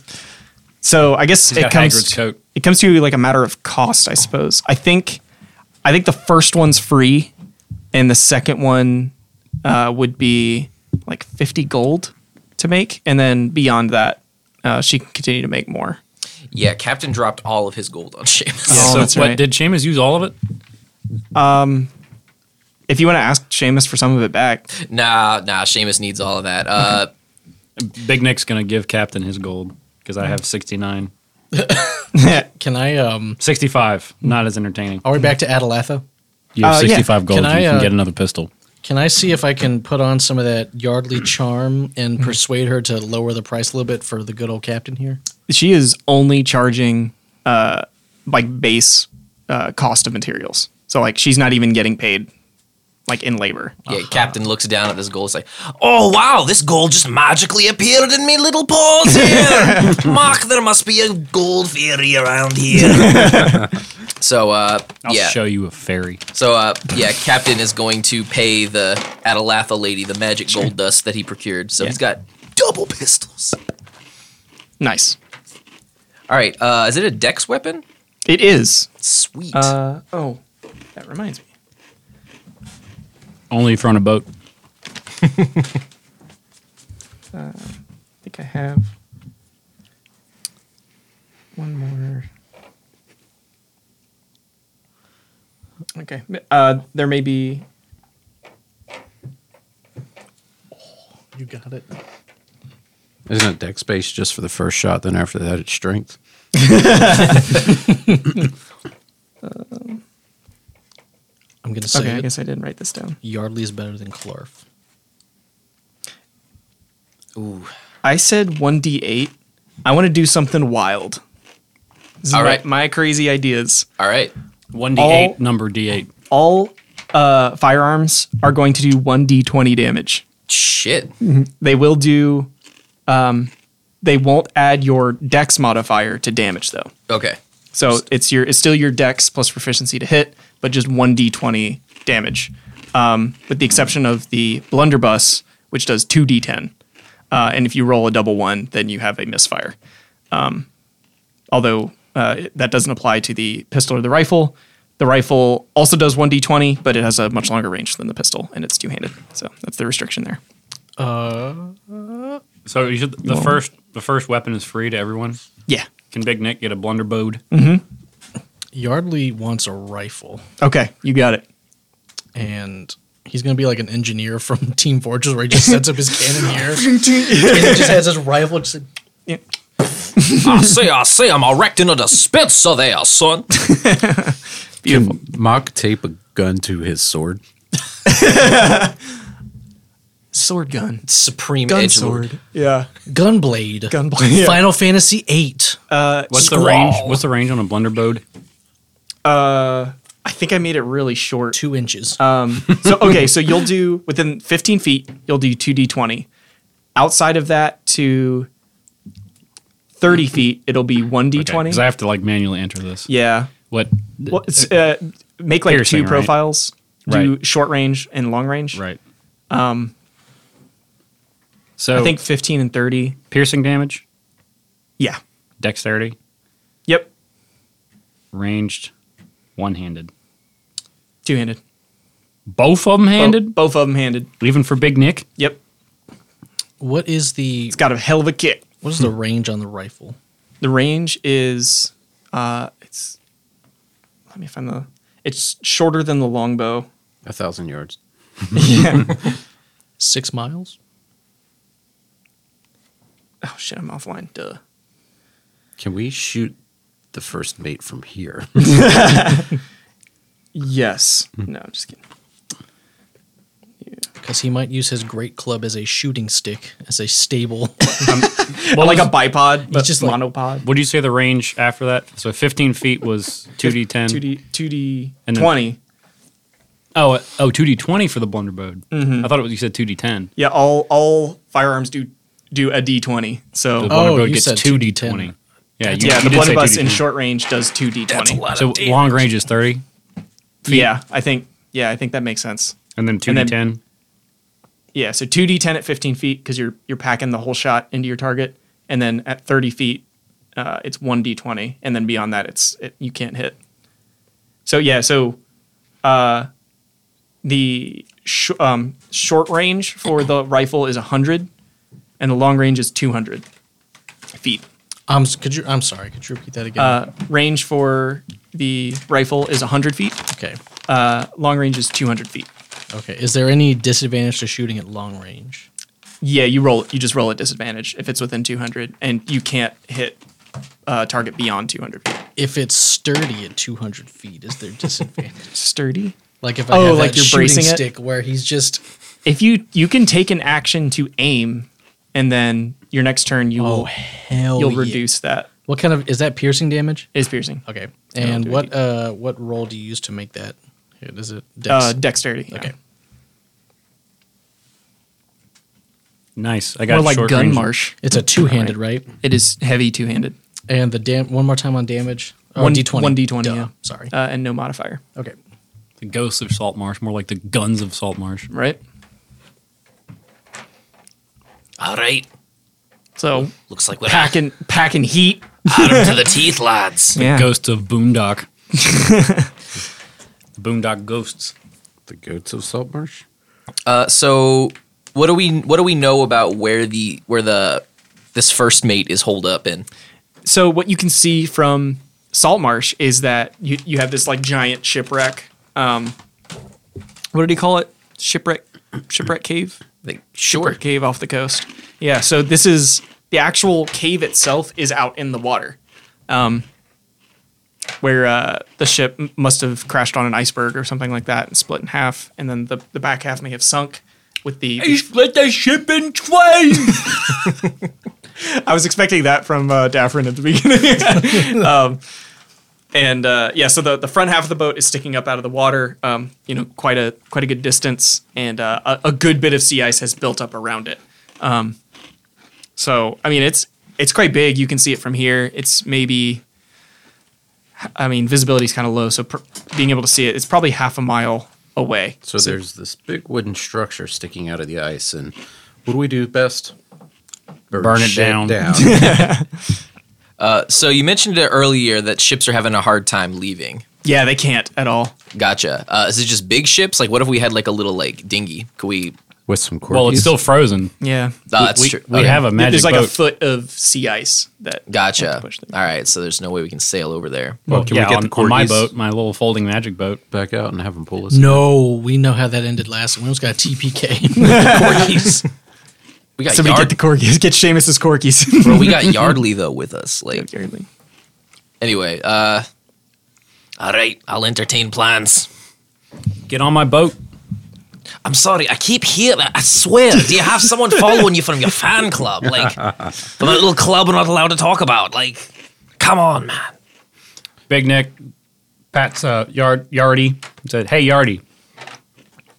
Speaker 5: so I guess it
Speaker 4: got
Speaker 5: comes
Speaker 4: Hagrid's coat.
Speaker 5: it comes to like a matter of cost, I suppose. I think I think the first one's free and the second one uh, would be like 50 gold to make and then beyond that uh, she can continue to make more
Speaker 3: yeah, Captain dropped all of his gold on Seamus.
Speaker 5: Oh,
Speaker 4: so
Speaker 5: that's
Speaker 4: what
Speaker 5: right.
Speaker 4: did Seamus use all of it?
Speaker 5: if you want to ask Seamus for some of it back
Speaker 3: [laughs] Nah, nah, Seamus needs all of that. Uh,
Speaker 4: Big Nick's gonna give Captain his gold because I have 69.
Speaker 2: [laughs] Can I? Um,
Speaker 4: 65, not as entertaining.
Speaker 2: are we back to Adalatha?
Speaker 4: You have
Speaker 5: Uh, yeah.
Speaker 4: 65 gold.
Speaker 2: Can
Speaker 4: and
Speaker 2: I,
Speaker 4: you can
Speaker 2: uh,
Speaker 4: get another pistol.
Speaker 2: Can I see if I can put on some of that Yardley charm
Speaker 3: Mm-hmm.
Speaker 2: and persuade her to lower the price a little bit for the good old captain here?
Speaker 5: she is only charging uh, like base uh, cost of materials so like she's not even getting paid like in labor
Speaker 3: yeah, Captain looks down at this gold. It's like, oh wow, this gold just magically appeared in me little paws here. Mark, there must be a gold fairy around here. so, uh,
Speaker 4: I'll
Speaker 3: yeah.
Speaker 4: show you a fairy.
Speaker 3: So, uh, yeah, Captain is going to pay the Adalatha lady the magic gold dust that he procured. So he's got double pistols.
Speaker 5: nice
Speaker 3: All right, uh, is it a dex weapon?
Speaker 5: it is
Speaker 3: Sweet.
Speaker 5: uh, oh that reminds me
Speaker 4: Only if you're on a boat.
Speaker 5: I think I have one more. Okay. Uh, there may be.
Speaker 2: You got it.
Speaker 1: Isn't it deck space just for the first shot? Then after that, it's strength.
Speaker 2: I'm gonna say
Speaker 5: Okay, I
Speaker 2: it.
Speaker 5: guess I didn't write this down.
Speaker 2: Yardley is better than Clarf.
Speaker 5: I said 1d8. I want to do something wild. This is
Speaker 3: All
Speaker 5: my,
Speaker 3: right.
Speaker 5: my crazy ideas.
Speaker 3: All right.
Speaker 4: One d eight
Speaker 5: All-
Speaker 4: number d eight.
Speaker 5: All uh, firearms are going to do 1d20 damage.
Speaker 3: Shit.
Speaker 5: They will do. Um, they won't add your dex modifier to damage, though.
Speaker 3: Okay.
Speaker 5: So it's your it's still your dex plus proficiency to hit, but just one d20 damage, um, with the exception of the blunderbuss, which does two d10, uh, and if you roll a double one, then you have a misfire. Um, although uh, it- that doesn't apply to the pistol or the rifle. The rifle also does one d20, but it has a much longer range than the pistol, and it's two handed. So that's the restriction there.
Speaker 4: So you should, the first the first weapon is free to everyone.
Speaker 5: Yeah.
Speaker 4: Can Big Nick get
Speaker 5: [laughs]
Speaker 4: a blunderbode?
Speaker 2: Yardley wants a rifle,
Speaker 5: Okay, you got it.
Speaker 2: and he's gonna be like an engineer from [laughs] Team Fortress, where he just sets up his cannon here, and he just has his rifle. Just
Speaker 3: I say, I say, I'm erecting a dispenser there, son.
Speaker 1: Can Mock tape a gun to his sword.
Speaker 5: Sword gun.
Speaker 3: Supreme
Speaker 2: Gun
Speaker 3: edge
Speaker 2: sword.
Speaker 5: Yeah.
Speaker 2: Gunblade.
Speaker 8: [laughs]
Speaker 5: Gunblade, [laughs] yeah.
Speaker 2: Final Fantasy VIII.
Speaker 4: What's the range? What's the range on a blunderbode?
Speaker 5: Uh, I think I made it really short.
Speaker 2: two inches.
Speaker 5: Um, so okay, so you'll do within 15 feet, you'll do 2d20. Outside of that to 30 feet, it'll be 1d20.
Speaker 4: Because I have to like manually enter this.
Speaker 5: yeah.
Speaker 4: What?
Speaker 5: Well, it's, uh, make like
Speaker 4: Piercing,
Speaker 5: two
Speaker 4: right?
Speaker 5: profiles. Do
Speaker 4: Right.
Speaker 5: short range and long range.
Speaker 4: Right. Um. So
Speaker 5: I think 15 and 30.
Speaker 4: piercing damage,
Speaker 5: Yeah.
Speaker 4: dexterity,
Speaker 5: Yep.
Speaker 4: ranged, one handed.
Speaker 5: Two-handed.
Speaker 4: Both of them
Speaker 5: Bo-
Speaker 4: handed,
Speaker 5: both of them handed.
Speaker 4: even for Big Nick.
Speaker 5: Yep.
Speaker 2: what is the
Speaker 5: It's got a hell of a kick.
Speaker 2: what is the range on the rifle?
Speaker 5: The range is uh it's Let me find the It's shorter than the longbow.
Speaker 1: A thousand yards.
Speaker 2: Six miles.
Speaker 5: Oh shit, I'm offline. Duh.
Speaker 1: Can we shoot the first mate from here? [laughs]
Speaker 5: Yes.
Speaker 4: Hmm.
Speaker 5: No, I'm just kidding.
Speaker 2: Because he might use his great club as a shooting stick, as a stable. [coughs]
Speaker 5: Well, like a bipod, but
Speaker 2: just
Speaker 5: just
Speaker 2: like-
Speaker 5: monopod.
Speaker 4: What do you say the range after that? So 15 feet was 2d10.
Speaker 5: Two D, two D,
Speaker 4: And then-
Speaker 5: twenty.
Speaker 4: Oh, uh, oh, 2d20 for the blunderbode.
Speaker 5: Mm-hmm.
Speaker 4: I thought it was you said 2d10.
Speaker 5: yeah, all all firearms do do a D twenty. So
Speaker 4: The
Speaker 2: Oh,
Speaker 4: blunderbode
Speaker 2: you
Speaker 4: gets
Speaker 2: said
Speaker 4: 2d20. Yeah, you,
Speaker 5: yeah,
Speaker 4: you
Speaker 5: the
Speaker 4: did
Speaker 5: blood
Speaker 4: say
Speaker 5: bus in
Speaker 4: 2d20.
Speaker 5: short range does two D twenty.
Speaker 4: So long range is 30,
Speaker 5: Yeah, I think yeah, I think that makes sense.
Speaker 4: and then 2d10.
Speaker 5: then- Yeah, so two D ten at fifteen feet because you're you're packing the whole shot into your target, and then at thirty feet, uh, it's one D twenty, and then beyond that, it's it, you can't hit. So yeah, so uh, the sh- um, short range for the rifle is hundred, and the long range is two hundred feet.
Speaker 2: I'm s- could you? I'm sorry. Could you repeat that again?
Speaker 5: Uh, range for the rifle is hundred feet.
Speaker 2: okay.
Speaker 5: Long range is two hundred feet.
Speaker 2: Okay. Is there any disadvantage to shooting at long range?
Speaker 5: Yeah, you roll. You just roll at disadvantage if it's within 200, and you can't hit uh, target beyond 200.
Speaker 2: If it's sturdy at 200 feet, is there [laughs] disadvantage?
Speaker 5: Sturdy.
Speaker 2: like if I
Speaker 5: Oh,
Speaker 2: have
Speaker 5: like
Speaker 2: that
Speaker 5: you're
Speaker 2: shooting
Speaker 5: bracing it?
Speaker 2: stick where he's just
Speaker 5: If you you can take an action to aim, and then your next turn you will
Speaker 2: Oh, hell.
Speaker 5: Oh, you'll
Speaker 2: yeah.
Speaker 5: reduce that
Speaker 2: What kind of is that piercing damage?
Speaker 5: is piercing.
Speaker 2: Okay.
Speaker 5: don't
Speaker 2: And
Speaker 5: do
Speaker 2: what uh what roll do you use to make that? It is it dex?
Speaker 5: Uh, dexterity. yeah.
Speaker 2: okay.
Speaker 4: Nice. I got
Speaker 5: More like
Speaker 4: short
Speaker 5: gun
Speaker 4: range.
Speaker 5: marsh.
Speaker 2: It's a two-handed, right?
Speaker 5: It is heavy two handed.
Speaker 2: And the dam one more time on damage. Oh,
Speaker 5: One-
Speaker 2: d20.
Speaker 5: one d20, yeah.
Speaker 2: Sorry.
Speaker 5: Uh, and no modifier,
Speaker 2: okay.
Speaker 4: The ghosts of salt marsh, more like the guns of salt marsh.
Speaker 5: right?
Speaker 7: All right.
Speaker 5: So
Speaker 7: Looks like we're
Speaker 5: [laughs] packing packing heat.
Speaker 7: at
Speaker 3: [laughs]
Speaker 7: 'em to the teeth, lads.
Speaker 5: Yeah.
Speaker 4: Ghosts
Speaker 5: [laughs]
Speaker 4: of boondock. the boondock ghosts.
Speaker 1: the goats of Saltmarsh?
Speaker 3: Uh, so What do we What do we know about where the where the this first mate is holed up in?
Speaker 5: so what you can see from Saltmarsh is that you, you have this like giant shipwreck. Um, what did he call it? Shipwreck, shipwreck cave,
Speaker 3: Like,
Speaker 5: shipwreck cave off the coast. Yeah. So this is the actual cave itself is out in the water, um, where uh, the ship m- must have crashed on an iceberg or something like that and split in half, and then the, the back half may have sunk with the. He split the ship in twain. I was expecting that from uh, Daffrin at the beginning. Um, and uh, yeah, so the, the front half of the boat is sticking up out of the water, um, you know, quite a quite a good distance, and uh, a, a good bit of sea ice has built up around it. Um, so I mean, it's it's quite big. You can see it from here. It's maybe, I mean, visibility's kind of low, so pr- being able to see it, it's probably half a mile away.
Speaker 1: So there's this big wooden structure sticking out of the ice, and what do we do best?
Speaker 4: Burn it
Speaker 1: shit
Speaker 4: down.
Speaker 3: Uh, So you mentioned it earlier that ships are having a hard time leaving.
Speaker 5: Yeah, they can't at all.
Speaker 3: Gotcha. Uh, is it just big ships? Like, what if we had like a little like dinghy? Could we?
Speaker 1: with some corgis.
Speaker 4: Well, it's still frozen.
Speaker 5: Yeah,
Speaker 3: Uh, that's
Speaker 4: we
Speaker 3: true.
Speaker 4: we
Speaker 3: Okay.
Speaker 4: have a magic
Speaker 5: there's like a
Speaker 4: boat.
Speaker 5: foot of sea ice that
Speaker 3: Gotcha.
Speaker 5: push them.
Speaker 3: All right. So there's no way we can sail over there.
Speaker 4: Well,
Speaker 1: can we
Speaker 4: yeah,
Speaker 1: get
Speaker 4: on,
Speaker 1: the
Speaker 4: on my
Speaker 1: corgis?
Speaker 4: boat, my little folding magic boat.
Speaker 1: back out and have them pull us.
Speaker 2: No, we know how that ended last. We almost got [laughs] TPK.
Speaker 3: Corgis. we got
Speaker 5: Somebody
Speaker 3: Yard-
Speaker 5: get the corgis. Get Seamus's corgis. [laughs]
Speaker 3: bro, we got Yardley though with us. Like,
Speaker 5: Apparently.
Speaker 3: anyway. Uh, all right. I'll entertain plans.
Speaker 4: Get on my boat.
Speaker 3: I'm sorry, I keep hearing. I swear, do you have someone following you from your fan club? Like, from a little club we're not allowed to talk about. Like, come on, man.
Speaker 4: Big Nick, Pat's uh, yard Yardy said, "Hey Yardy,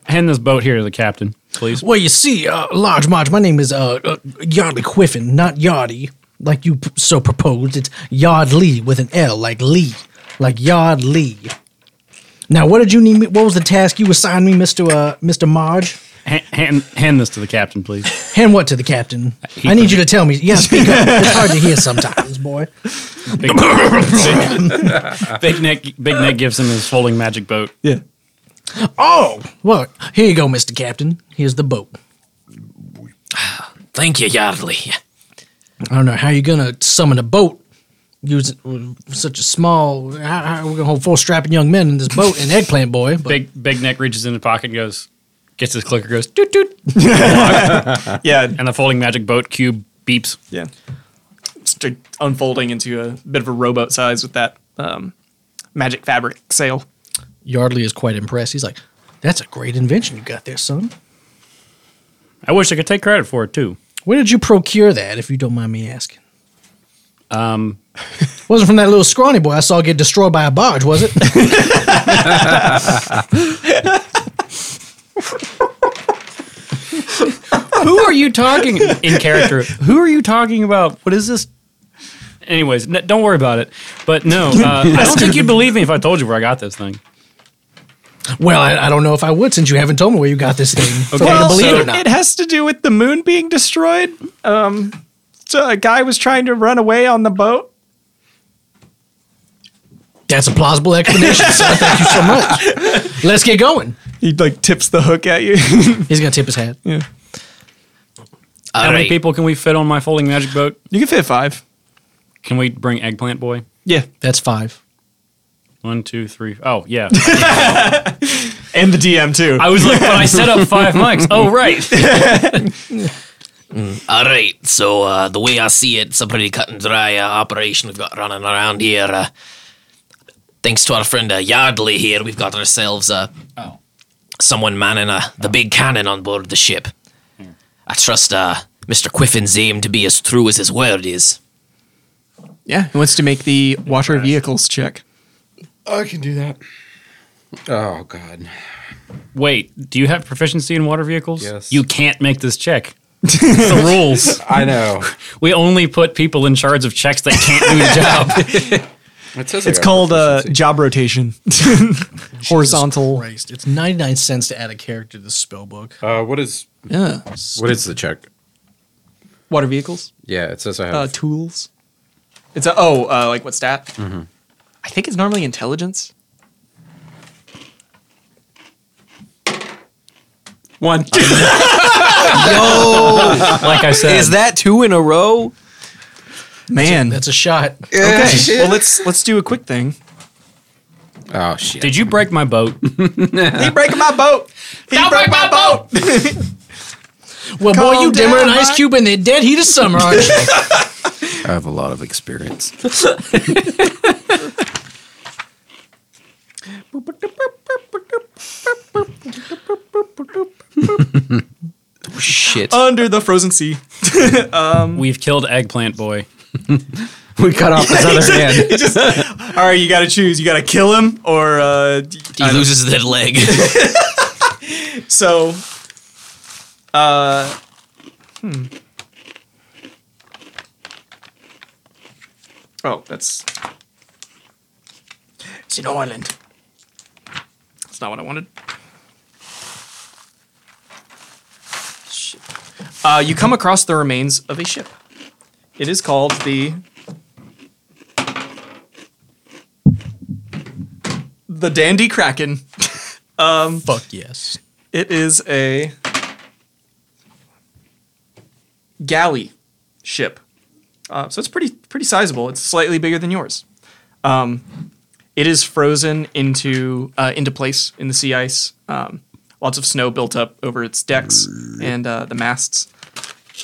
Speaker 4: hand this boat here to the captain, please."
Speaker 2: well, you see, uh, Large Marge, my name is uh, uh, Yardley Quiffin, not Yardy, like you p- so proposed. It's Yardley with an L, like Lee, like Yardley. Now, what did you need? Me, what was the task you assigned me, Mister uh, Mister Marge?
Speaker 4: Ha- hand hand this to the
Speaker 1: [laughs]
Speaker 4: captain, please.
Speaker 2: Hand what to the captain? I need you to tell me. Yeah, speak up. It's hard to hear sometimes, boy.
Speaker 4: Big, Big Nick, Big Nick gives him his folding magic boat.
Speaker 5: Yeah.
Speaker 2: Oh, well, here you go, Mister Captain. Here's the boat.
Speaker 3: Thank you, Yardley.
Speaker 2: I don't know how you're gonna summon a boat using uh, such a small. How, how are we gonna hold four strapping young men in this boat and eggplant boy? But
Speaker 4: Big Big Nick reaches in the pocket and goes, gets his clicker, goes
Speaker 1: [laughs]
Speaker 4: doot doot,
Speaker 5: Yeah.
Speaker 4: and the folding magic boat cube beeps.
Speaker 5: Yeah. Start unfolding into a bit of a rowboat size with that um, magic fabric sail.
Speaker 2: Yardley is quite impressed. He's like, "That's a great invention you got there, son.
Speaker 4: I wish I could take credit for it too.
Speaker 2: Where did you procure that, if you don't mind me asking?" Um, [laughs] wasn't from that little scrawny boy I saw get destroyed by a barge, was it?
Speaker 4: Who are you talking in character? Who are you talking about? What is this? Anyways, n- don't worry about it. But no, uh, I don't think you'd believe me if I told you where I got this thing.
Speaker 2: well, I, I don't know if I would, since you haven't told me where you got this thing.
Speaker 4: Okay,
Speaker 2: well,
Speaker 4: so-
Speaker 2: believe it or
Speaker 5: it,
Speaker 2: not.
Speaker 5: has to do with the moon being destroyed. Um, so a guy was trying to run away on the boat.
Speaker 2: That's a plausible explanation. son. Thank you so much.
Speaker 5: [laughs]
Speaker 2: Let's get going.
Speaker 5: He like tips the hook at you. [laughs]
Speaker 2: He's gonna tip his hat.
Speaker 3: All
Speaker 4: How many
Speaker 3: right.
Speaker 4: people can we fit on my folding magic boat?
Speaker 5: you can fit five.
Speaker 4: Can we bring Eggplant Boy?
Speaker 5: Yeah,
Speaker 2: That's five.
Speaker 4: One, two, three. Oh yeah.
Speaker 5: and the DM too.
Speaker 4: I was like, but I set up five mics. Oh right.
Speaker 3: All right. So uh, the way I see it, it's a pretty cut and dry uh, operation we've got running around here. Uh, thanks to our friend uh, Yardley here, we've got ourselves uh,
Speaker 4: Oh.
Speaker 3: someone manning uh, the big cannon on board the ship. I trust uh, Mr. Quiffin's aim to be as true as his word is.
Speaker 5: yeah, he wants to make the water vehicles check.
Speaker 1: I can do that. Oh God!
Speaker 4: Wait, do you have proficiency in water vehicles?
Speaker 1: Yes.
Speaker 4: You can't make this check. It's the rules.
Speaker 1: I know.
Speaker 4: We only put people in charge of checks that can't do the job.
Speaker 1: It says I
Speaker 5: It's
Speaker 1: got
Speaker 5: called uh,
Speaker 1: proficiency.
Speaker 5: job
Speaker 8: [laughs]
Speaker 5: rotation, horizontal.
Speaker 2: Christ, it's 99 cents to add a character to the spell book.
Speaker 1: Uh, what is
Speaker 5: Yeah,
Speaker 1: what is the check?
Speaker 5: water vehicles.
Speaker 1: Yeah, it says I have.
Speaker 5: uh, tools. It's a oh, uh, like what stat? I think it's normally intelligence. One.
Speaker 4: like I said,
Speaker 3: Is that two in a row?
Speaker 5: Man.
Speaker 2: That's a [laughs] shot.
Speaker 5: okay. Well, let's let's do a quick thing.
Speaker 1: Oh shit!
Speaker 4: did you break my boat?
Speaker 5: He breaking my [laughs] boat. He broke my boat.
Speaker 2: Well, boy,
Speaker 5: Calm
Speaker 2: you dimmer
Speaker 5: down,
Speaker 2: an Ice
Speaker 5: Mike.
Speaker 2: Cube in the dead heat of summer, aren't [laughs] you?
Speaker 1: I have a lot of [laughs] experience.
Speaker 3: Shit.
Speaker 5: Under the frozen sea.
Speaker 4: We've killed Eggplant Boy.
Speaker 6: We cut off his other hand.
Speaker 5: [laughs] Just, [laughs] all right, you got to choose. You got to kill him or uh,
Speaker 3: he loses that leg.
Speaker 5: so. Uh, hmm. Oh, that's it's an island. That's not what I wanted. Shit. Uh, you come across the remains of a ship. It is called the the Dandy Kraken. um,
Speaker 2: Fuck yes.
Speaker 5: it is a galley ship, uh, so it's pretty pretty sizable. It's slightly bigger than yours. Um, it is frozen into uh, into place in the sea ice. Um, lots of snow built up over its decks and uh, the masts.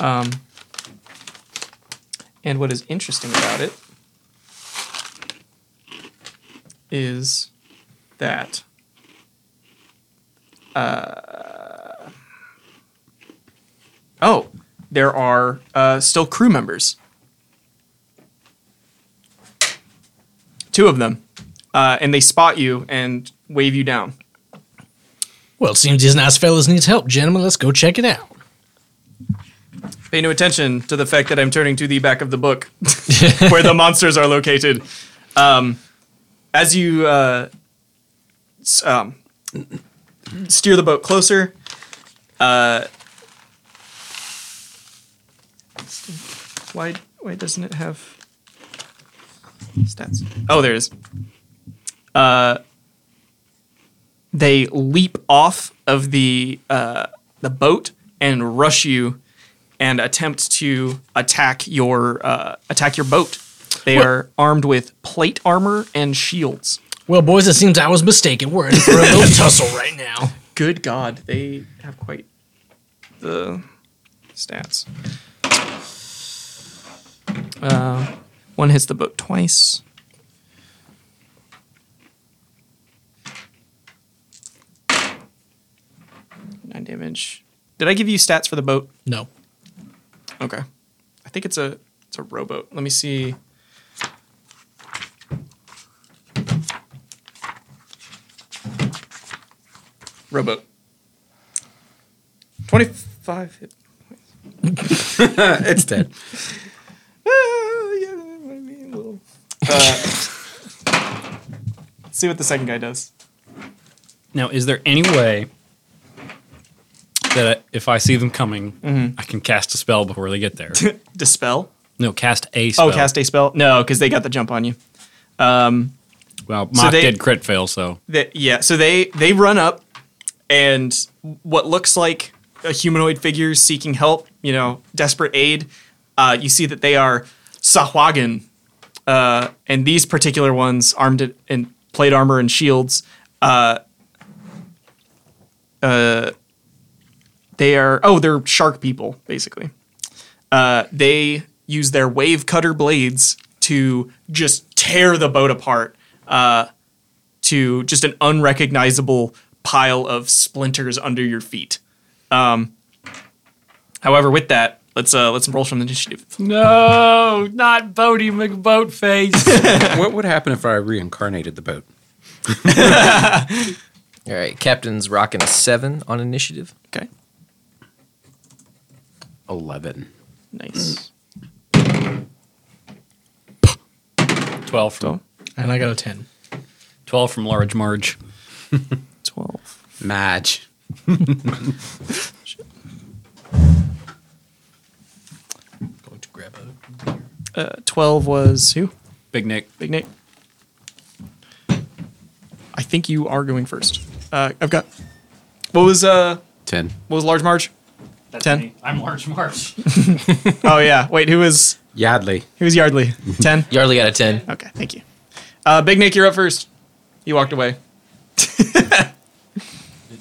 Speaker 5: Um, and what is interesting about it is that Oh, there are uh, still crew members. Two of them. Uh, and they spot you and wave you down.
Speaker 2: Well, it seems these nice fellas needs help, gentlemen. Let's go check it out.
Speaker 5: Pay no attention to the fact that I'm turning to the back of the book where the monsters are located. Um, as you uh, s- um, steer the boat closer, uh, why, why doesn't it have stats? Oh, there it is. Uh, they leap off of the, uh, the boat and rush you and attempt to attack your uh, attack your boat. They are armed with plate armor and shields.
Speaker 2: Well, boys, it seems I was mistaken. We're in for a [laughs] little tussle right now.
Speaker 5: Good God, they have quite the stats. Uh, one hits the boat twice. Nine damage. Did I give you stats for the boat?
Speaker 2: No.
Speaker 5: Okay. I think it's a it's a rowboat. Let me see. Rowboat. Twenty five hit points. [laughs]
Speaker 6: It's dead.
Speaker 5: Ah, yeah, that might be a little- Uh, [laughs] see what the second guy does.
Speaker 4: Now, is there any way that I, if I see them coming,
Speaker 5: Mm-hmm.
Speaker 4: I can cast a spell before they
Speaker 5: [laughs]
Speaker 4: get there?
Speaker 5: Dispel.
Speaker 4: no, cast a spell.
Speaker 5: Oh, cast a spell. No, because they got the jump on you.
Speaker 4: Well,
Speaker 5: So
Speaker 4: Mock
Speaker 5: they-
Speaker 4: did crit fail, so
Speaker 5: They, yeah, so they they run up, and what looks like a humanoid figure seeking help, you know, desperate aid. Uh, you see that they are Sahwagan, uh, and these particular ones armed in- in plate armor and shields. Uh, uh, they are oh, they're shark people basically. Uh, they use their wave cutter blades to just tear the boat apart to just an unrecognizable pile of splinters under your feet. Um, however, with that, let's uh, let's roll from the initiative.
Speaker 4: no, not Bodie
Speaker 1: [laughs]
Speaker 4: McBoatface.
Speaker 1: what would happen if I reincarnated the boat?
Speaker 3: All right, Captain's rocking a seven on initiative.
Speaker 5: Okay,
Speaker 1: Eleven.
Speaker 5: nice.
Speaker 4: Twelve from
Speaker 2: And I got a 10.
Speaker 4: twelve from Large Marge.
Speaker 5: Twelve.
Speaker 1: Madge.
Speaker 2: Going to grab a.
Speaker 5: Uh, Twelve was who?
Speaker 4: Big Nick.
Speaker 5: Big Nate. I think you are going first. Uh, I've got. What was uh?
Speaker 1: Ten.
Speaker 5: What was large Marge?
Speaker 4: That's
Speaker 5: Ten.
Speaker 4: me. I'm large March.
Speaker 5: [laughs] Oh yeah. Wait, who was
Speaker 6: Yadley.
Speaker 5: who was Yardley? Ten.
Speaker 3: Yardley got a 10.
Speaker 5: Okay, thank you. Uh, Big Nick, you're up first. You
Speaker 2: [laughs]
Speaker 5: walked away.
Speaker 2: Didn't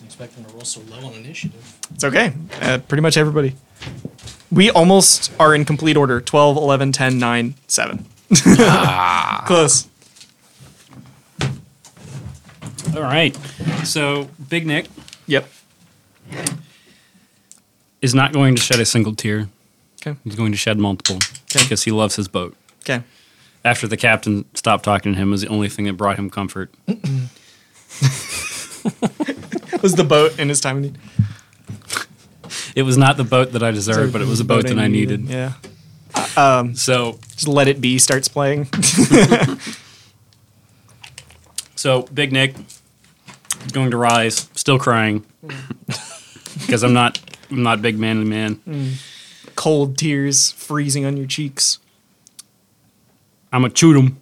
Speaker 2: expect him to roll so low on initiative.
Speaker 5: It's okay. Uh, pretty much everybody. We almost are in complete order 12, 11, 10, 9, 7. Close.
Speaker 4: All right. So Big Nick
Speaker 5: Yep.
Speaker 4: is not going to shed a single tear.
Speaker 5: Okay.
Speaker 4: He's going to shed multiple because he loves his boat.
Speaker 5: Okay.
Speaker 4: After the captain stopped talking to him was the only thing that brought him comfort.
Speaker 5: Was the boat in his time of need?
Speaker 4: It was not the boat that I deserved, but it was a boat that I needed.
Speaker 5: Yeah.
Speaker 4: So
Speaker 5: Just let it be starts playing. [laughs]
Speaker 4: So Big Nick is going to rise, still crying [laughs] because I'm not I'm not big manly man.
Speaker 5: Cold tears freezing on your cheeks.
Speaker 4: I'm a shoot him.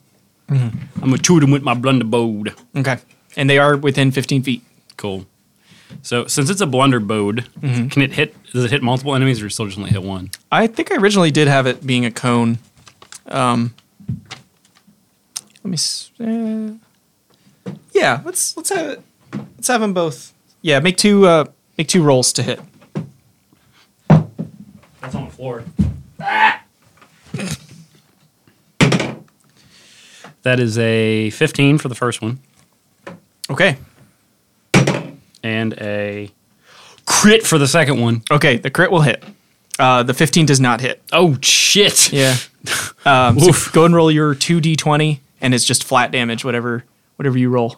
Speaker 4: I'm a shoot him with my blunderbode.
Speaker 5: Okay. And they are within 15 feet.
Speaker 4: Cool. So since it's a blunderbode, can it hit? Does it hit multiple enemies or still just only hit one?
Speaker 5: I think I originally did have it being a cone. Um, let me. s- Uh, yeah, let's let's have it. Let's have them both. Yeah, make two uh, make two rolls to hit.
Speaker 4: That's on the floor. Ah! That is a 15 for the first one
Speaker 5: Okay.
Speaker 4: and a crit for the second one.
Speaker 5: Okay, the crit will hit. Uh, the 15 does not hit.
Speaker 4: Oh shit!
Speaker 5: Yeah. Um, so go and roll your 2d20 and it's just flat damage whatever whatever you roll.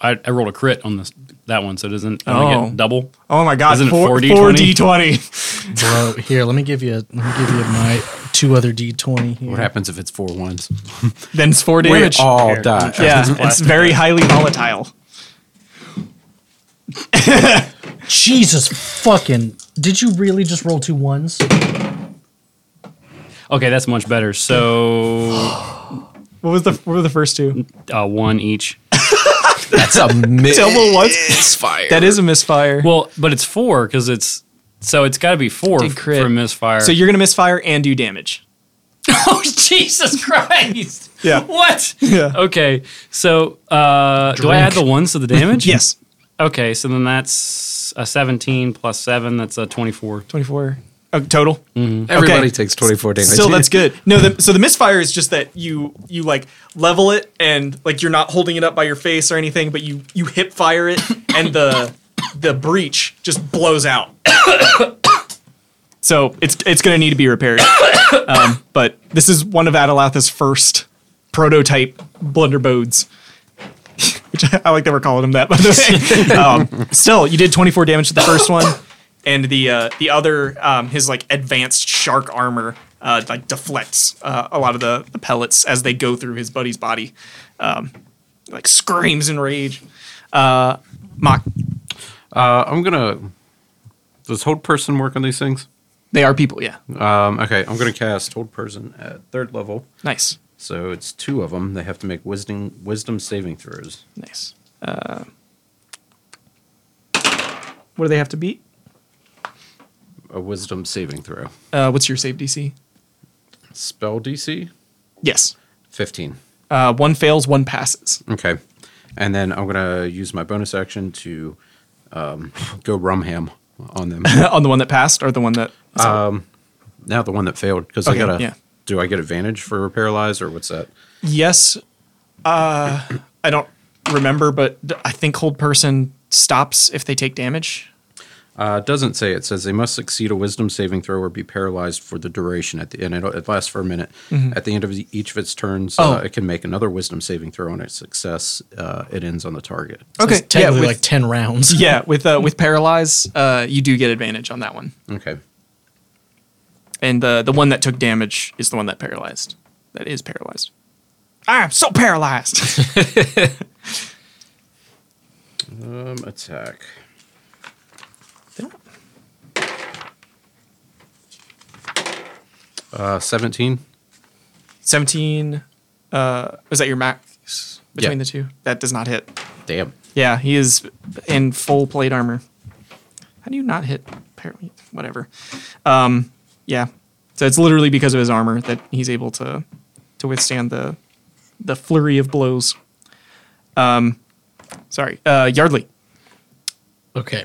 Speaker 4: I, I rolled a crit on this that one, so it doesn't I
Speaker 5: Oh.
Speaker 4: only get double.
Speaker 5: Oh my god,
Speaker 4: Isn't it
Speaker 5: four-
Speaker 4: 4D20?
Speaker 5: 4d20.
Speaker 2: Bro, here, let me give you let me give you my two other D twenty here.
Speaker 1: What happens if it's four ones?
Speaker 5: [laughs] then it's 4
Speaker 1: We
Speaker 5: damage.
Speaker 1: all die.
Speaker 5: yeah, it's very highly volatile.
Speaker 2: Jesus fucking! Did you really just roll two ones?
Speaker 4: Okay, that's much better. So
Speaker 5: What was the what were the first two?
Speaker 4: uh, one each.
Speaker 3: That's a miss.
Speaker 5: Double once.
Speaker 3: fire.
Speaker 5: That is a misfire.
Speaker 4: Well, but it's four because it's so it's got to be four
Speaker 5: Did
Speaker 4: f-
Speaker 5: crit.
Speaker 4: for a misfire.
Speaker 5: so you're gonna misfire and do damage.
Speaker 4: [laughs] oh Jesus Christ!
Speaker 5: Yeah.
Speaker 4: What?
Speaker 5: Yeah.
Speaker 4: Okay. So uh, do I add the ones to the
Speaker 5: [laughs]
Speaker 4: damage?
Speaker 5: Yes.
Speaker 4: Okay. So then that's a seventeen plus seven. That's a twenty-four.
Speaker 5: Twenty-four oh, total.
Speaker 6: Mm-hmm. Everybody
Speaker 5: Okay.
Speaker 6: takes 24 damage.
Speaker 5: Still, that's
Speaker 6: [laughs]
Speaker 5: good. No, the, so the misfire is just that you you like level it and like you're not holding it up by your face or anything, but you you hip fire it [coughs] and the the breach just blows out. [coughs] so it's it's gonna need to be repaired. [coughs] Um, but this is one of Adalatha's first prototype blunderbodes. [laughs] Which I, I like that we're calling him that.
Speaker 6: [laughs]
Speaker 5: By the way, um, still, you did 24 damage to the first one, and the uh, the other, um, his like advanced shark armor, uh, like deflects uh, a lot of the, the pellets as they go through his buddy's body. Um, like screams in rage. Uh, mock,
Speaker 1: Uh, I'm gonna. Does hold person work on these things?
Speaker 5: they are people. Yeah,
Speaker 1: Um, okay, I'm gonna cast hold person at third level.
Speaker 5: nice,
Speaker 1: So it's two of them. They have to make wisdom wisdom saving throws.
Speaker 5: nice. Uh, what do they have to beat?
Speaker 1: A wisdom saving throw.
Speaker 5: Uh, what's your save DC?
Speaker 1: Spell DC
Speaker 5: Yes.
Speaker 1: fifteen.
Speaker 5: Uh, one fails, one passes. [laughs]
Speaker 1: Okay, and then I'm gonna use my bonus action to um, go rum ham on them.
Speaker 5: on the one that passed or the one that
Speaker 1: now the one that failed because
Speaker 5: Okay,
Speaker 1: I gotta.
Speaker 5: yeah.
Speaker 1: Do I get advantage for paralyzed or what's that?
Speaker 5: yes uh i don't remember but th- i think hold person stops if they take damage
Speaker 1: Uh, it doesn't say. It says they must succeed a wisdom saving throw or be paralyzed for the duration. At the end, it, it lasts for a minute. At the end of the- each of its turns, uh,
Speaker 5: Oh.
Speaker 1: it can make another wisdom saving throw, and its success, uh, it ends on the target.
Speaker 5: okay
Speaker 2: It's technically
Speaker 5: yeah with,
Speaker 2: like ten rounds.
Speaker 5: [laughs] yeah with uh with paralyze uh you do get advantage on that one
Speaker 1: Okay.
Speaker 5: and the the one that took damage is the one that paralyzed that is paralyzed i'm so [laughs] paralyzed
Speaker 1: Um, attack. Uh, 17.
Speaker 5: 17 uh was that your max between
Speaker 1: Yeah.
Speaker 5: the two that does not hit
Speaker 1: Damn.
Speaker 5: yeah he is in full plate armor how do you not hit apparently whatever. Um, yeah, so it's literally because of his armor that he's able to to withstand the the flurry of blows. Um, sorry, uh, Yardley.
Speaker 2: Okay.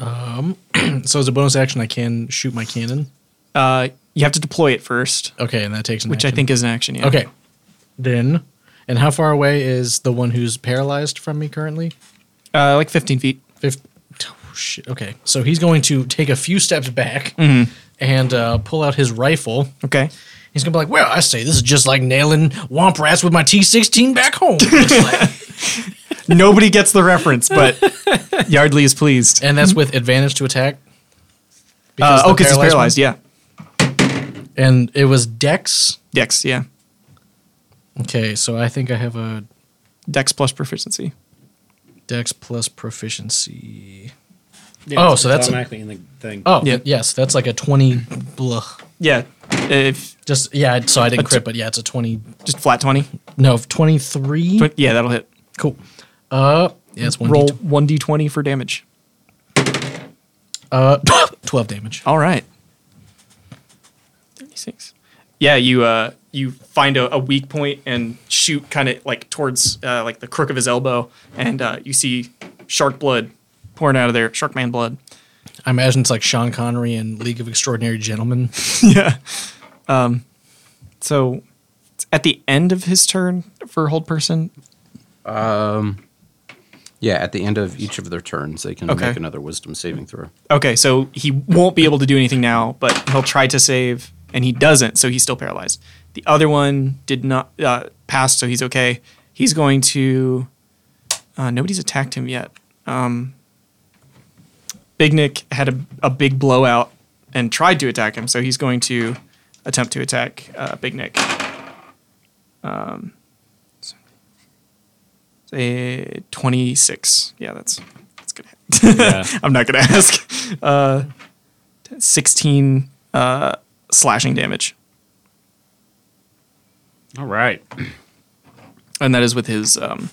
Speaker 2: Um, [clears throat] so as a bonus action, I can shoot my cannon.
Speaker 5: Uh, you have to deploy it first,
Speaker 2: Okay, and that takes an
Speaker 5: which I
Speaker 2: action.
Speaker 5: think is an action. Yeah.
Speaker 2: Okay. Then, and how far away is the one who's paralyzed from me currently?
Speaker 5: Uh, like 15 feet.
Speaker 2: Fif- oh, shit. Okay. So he's going to take a few steps back
Speaker 5: Mm-hmm.
Speaker 2: and uh, pull out his rifle.
Speaker 5: Okay.
Speaker 2: He's going to be like, well, I say, this is just like nailing womp rats with my T 16 back
Speaker 5: [laughs]
Speaker 2: home. It's like-
Speaker 5: [laughs] Nobody gets the
Speaker 2: [laughs]
Speaker 5: reference, but Yardley is pleased.
Speaker 2: and that's with advantage to attack.
Speaker 5: Uh, oh,
Speaker 2: the
Speaker 5: because he's
Speaker 2: one-
Speaker 5: paralyzed. Yeah.
Speaker 2: And it was Dex.
Speaker 5: Dex. Yeah.
Speaker 2: Okay. So I think I have a
Speaker 5: Dex plus proficiency.
Speaker 2: Dex plus proficiency. oh, so that's a,
Speaker 1: in the thing.
Speaker 2: oh
Speaker 5: Yeah. Mm-hmm.
Speaker 2: yes, that's like a twenty. Blah.
Speaker 5: Yeah. If
Speaker 2: Just yeah. So I didn't
Speaker 5: A
Speaker 2: crit, but yeah, it's a twenty.
Speaker 5: just flat 20.
Speaker 2: No, twenty three.
Speaker 5: But yeah, that'll hit.
Speaker 2: Cool. Uh, yeah, it's one
Speaker 5: Roll
Speaker 2: D-
Speaker 5: 1d20 for damage.
Speaker 2: uh, twelve damage.
Speaker 5: All right. 36. Yeah, you uh you find a, a weak point and shoot kind of like towards uh, like the crook of his elbow and uh, you see shark blood pouring out of there, shark man blood. [laughs]
Speaker 2: I imagine it's like Sean Connery and League of Extraordinary Gentlemen.
Speaker 5: Um, So it's at the end of his turn for hold person.
Speaker 1: Yeah, at the end of each of their turns, they can
Speaker 5: Okay.
Speaker 1: make another wisdom saving throw.
Speaker 5: Okay, so he won't be able to do anything now, but he'll try to save and he doesn't, so he's still paralyzed. The other one did not uh, pass, so he's okay. He's going to uh, nobody's attacked him yet. Um, Big Nick had a, a big blowout and tried to attack him, so he's going to attempt to attack uh, Big Nick. Um, say 26. Eh, Yeah, that's that's good.
Speaker 4: Yeah.
Speaker 5: [laughs] I'm not going to ask. Uh, 16 uh, slashing damage,
Speaker 4: All right.
Speaker 5: and that is with his um,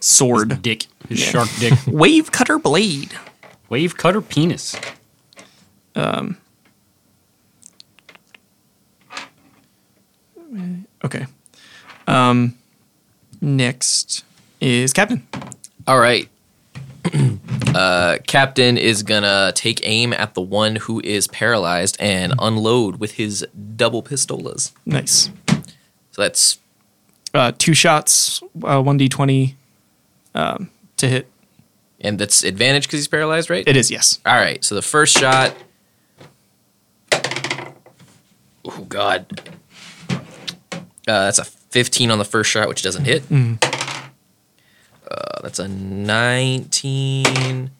Speaker 5: sword.
Speaker 4: Dick. His shark
Speaker 5: [laughs]
Speaker 4: dick.
Speaker 5: Wave cutter blade.
Speaker 4: Wave cutter penis.
Speaker 5: Okay. Um, next is Captain.
Speaker 3: All right. [clears throat] uh, Captain is gonna take aim at the one who is paralyzed and unload with his double pistolas.
Speaker 5: Nice.
Speaker 3: So that's
Speaker 5: uh, two shots, uh, 1d20 um, to hit.
Speaker 3: and that's advantage because he's paralyzed, right?
Speaker 5: It is, yes.
Speaker 3: All right. So the first shot. Oh God. Uh, that's a 15 on the first shot, which doesn't hit. Uh, that's a 19.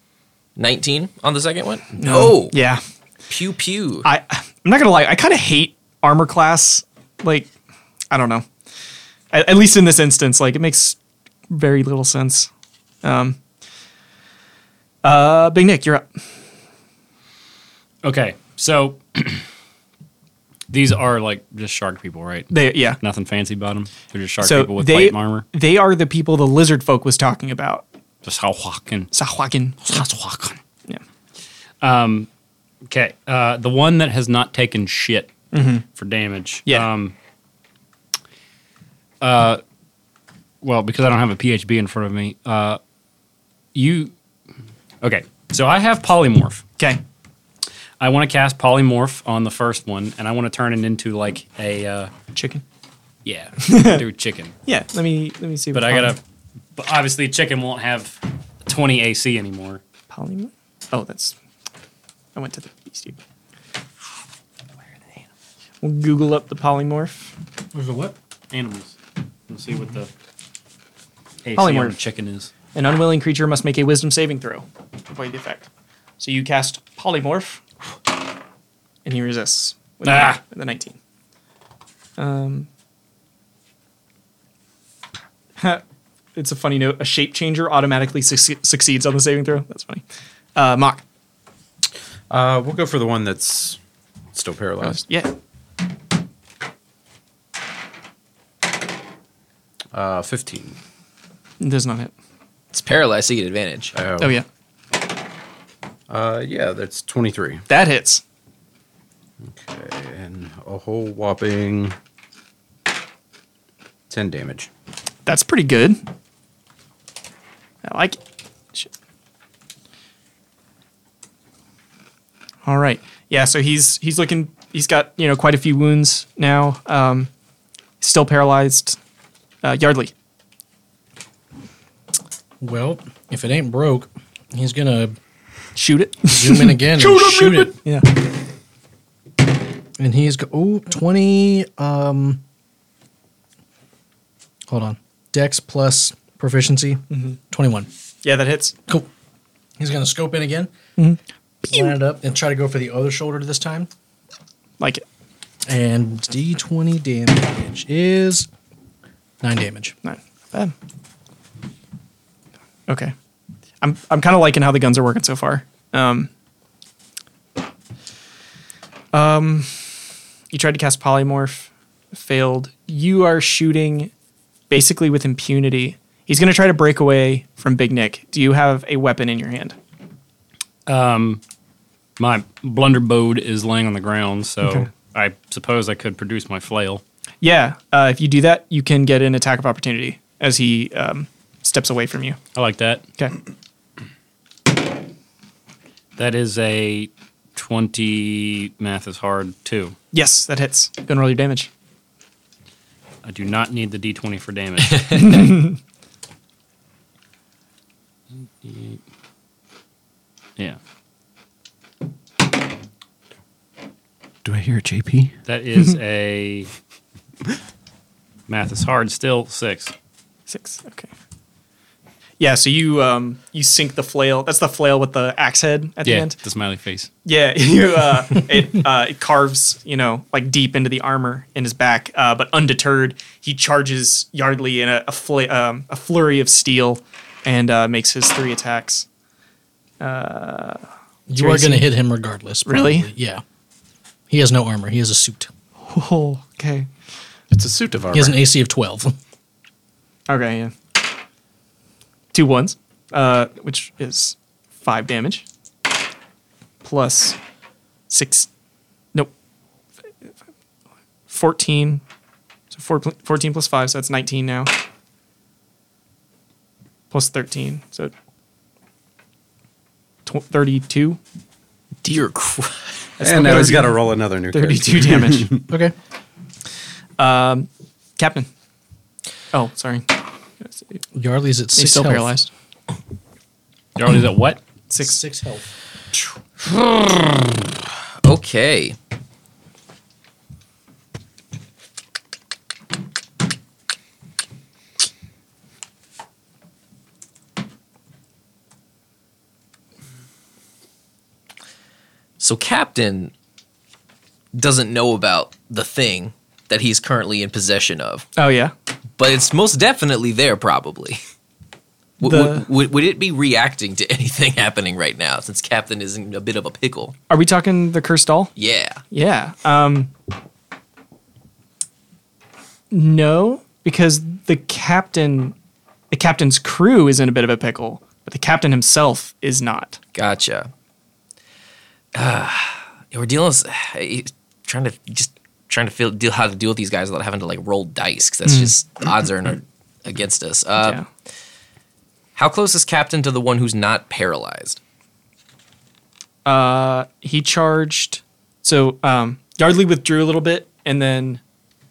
Speaker 3: 19 on the second one?
Speaker 4: Oh.
Speaker 3: No.
Speaker 5: Yeah.
Speaker 3: Pew pew.
Speaker 5: I, I'm not going to lie. I kind of hate armor class. Like, I don't know. At, at least in this instance, like, it makes very little sense. Um, uh, Big Nick, you're up.
Speaker 4: Okay, so [clears throat] these are like just shark people, right?
Speaker 5: They, yeah.
Speaker 4: Nothing fancy about them. They're just shark
Speaker 5: So
Speaker 4: people with
Speaker 5: they,
Speaker 4: plate armor.
Speaker 5: they are the people the lizard folk was talking about.
Speaker 4: Just how walking.
Speaker 5: Sahuakin. Yeah.
Speaker 4: Okay, uh, the one that has not taken shit for damage.
Speaker 5: Mm-hmm. Yeah.
Speaker 4: Um, uh, well, because I don't have a PHB in front of me, uh, you. Okay, so I have polymorph.
Speaker 5: Okay.
Speaker 4: I want to cast polymorph on the first one, and I want to turn it into like a uh,
Speaker 5: Chicken. [laughs]
Speaker 4: yeah, do a chicken.
Speaker 5: Yeah. Let me, let me see.
Speaker 4: But
Speaker 5: what
Speaker 4: I gotta.
Speaker 5: poly-
Speaker 4: But obviously, chicken won't have 20 AC anymore.
Speaker 5: Polymorph? Oh, that's. I went to the beast. Where are they? We'll Google up the polymorph.
Speaker 4: There's a what? Animals. Let's see what the AC
Speaker 5: Polymorph.
Speaker 4: on a chicken is.
Speaker 5: An unwilling creature must make a wisdom saving throw. to Avoid the effect. So you cast polymorph, and he resists with,
Speaker 4: Ah.
Speaker 5: the, with the 19. Um, [laughs] ha, it's a funny note. A shape changer automatically succe- succeeds on the saving throw. That's funny. Uh, mock.
Speaker 1: Uh, we'll go for the one that's still paralyzed.
Speaker 5: Yeah.
Speaker 1: Uh, 15.
Speaker 5: Does not hit.
Speaker 3: It's paralyzed, so you get advantage.
Speaker 5: Oh, yeah.
Speaker 1: Uh, yeah, that's 23.
Speaker 5: That hits.
Speaker 1: And a whole whopping 10 damage.
Speaker 5: That's pretty good. I like it. Shit. All right. Yeah, so he's he's looking he's got, you know, quite a few wounds now. Um still paralyzed. Uh Yardley.
Speaker 2: Well, if it ain't broke, he's gonna
Speaker 5: Shoot it. [laughs]
Speaker 2: zoom in again and [laughs] shoot it.
Speaker 5: yeah.
Speaker 2: And he's go ooh, 20 um Hold on. Dex plus proficiency. 21.
Speaker 5: Yeah, that hits.
Speaker 2: Cool. He's going to scope in again. Line it up and try to go for the other shoulder this time.
Speaker 5: Like it.
Speaker 2: And D20 damage is 9 damage.
Speaker 5: Not bad. Okay. I'm I'm kind of liking how the guns are working so far. Um, um, um, you tried to cast polymorph, failed. You are shooting basically with impunity. He's going to try to break away from Big Nick. Do you have a weapon in your hand?
Speaker 4: My blunderbode is laying on the ground, so I suppose I could produce my flail.
Speaker 5: Yeah. Uh, if you do that, you can get an attack of opportunity as he um, steps away from you.
Speaker 4: I like that.
Speaker 5: Okay.
Speaker 4: That is a 20 math is hard too.
Speaker 5: Yes, that hits. Go and roll your damage.
Speaker 4: I do not need the d20 for damage. D8. yeah.
Speaker 1: Do I hear a JP?
Speaker 4: That is a math is hard still 6.
Speaker 5: Six. Okay. Yeah, so you um you sink the flail. That's the flail with the axe head at the
Speaker 4: Yeah,
Speaker 5: end.
Speaker 4: the smiley face.
Speaker 5: Yeah, [laughs] you uh it uh it carves, you know, like deep into the armor in his back. Uh but undeterred, he charges Yardley in a a, fla- um, a flurry of steel and uh makes his three attacks.
Speaker 2: You are
Speaker 5: Jason.
Speaker 2: going to hit him regardless.
Speaker 5: Really?
Speaker 2: probably. Yeah. He has no armor. He has a suit.
Speaker 5: Oh, okay.
Speaker 1: It's a suit of armor.
Speaker 2: He has an AC of 12.
Speaker 5: Okay, yeah. Two ones, uh, which is five damage plus six. Nope. 14. So four, pl- 14 plus five, so that's 19 now. Plus 13, so tw- 32.
Speaker 3: Dear Christ.
Speaker 1: and now he's got to roll another new card.
Speaker 5: 32 damage.
Speaker 2: Okay.
Speaker 5: Um, Captain. Oh, sorry.
Speaker 2: [laughs] Yardley's at 6
Speaker 5: He's still
Speaker 2: health.
Speaker 5: paralyzed.
Speaker 4: Yardley's at what?
Speaker 5: Six.
Speaker 2: Six health.
Speaker 3: Okay. So Captain doesn't know about the thing that he's currently in possession of,
Speaker 5: Oh, yeah.
Speaker 3: but it's most definitely there probably. Would,
Speaker 5: The-
Speaker 3: would, would it be reacting to anything [laughs] happening right now since Captain is in a bit of a pickle?
Speaker 5: Are we talking the cursed doll?
Speaker 3: Yeah.
Speaker 5: Yeah. Um, no, because the captain, the captain's crew is in a bit of a pickle, but the captain himself is not.
Speaker 3: Gotcha. Uh, we're dealing with, I- trying to just trying to feel deal how to deal with these guys without having to like roll dice. 'cause that's
Speaker 7: Mm.
Speaker 3: just the odds are in our, against us. Uh,
Speaker 5: yeah.
Speaker 3: How close is Captain to the one who's not paralyzed?
Speaker 5: He charged. So um, Yardley withdrew a little bit, and then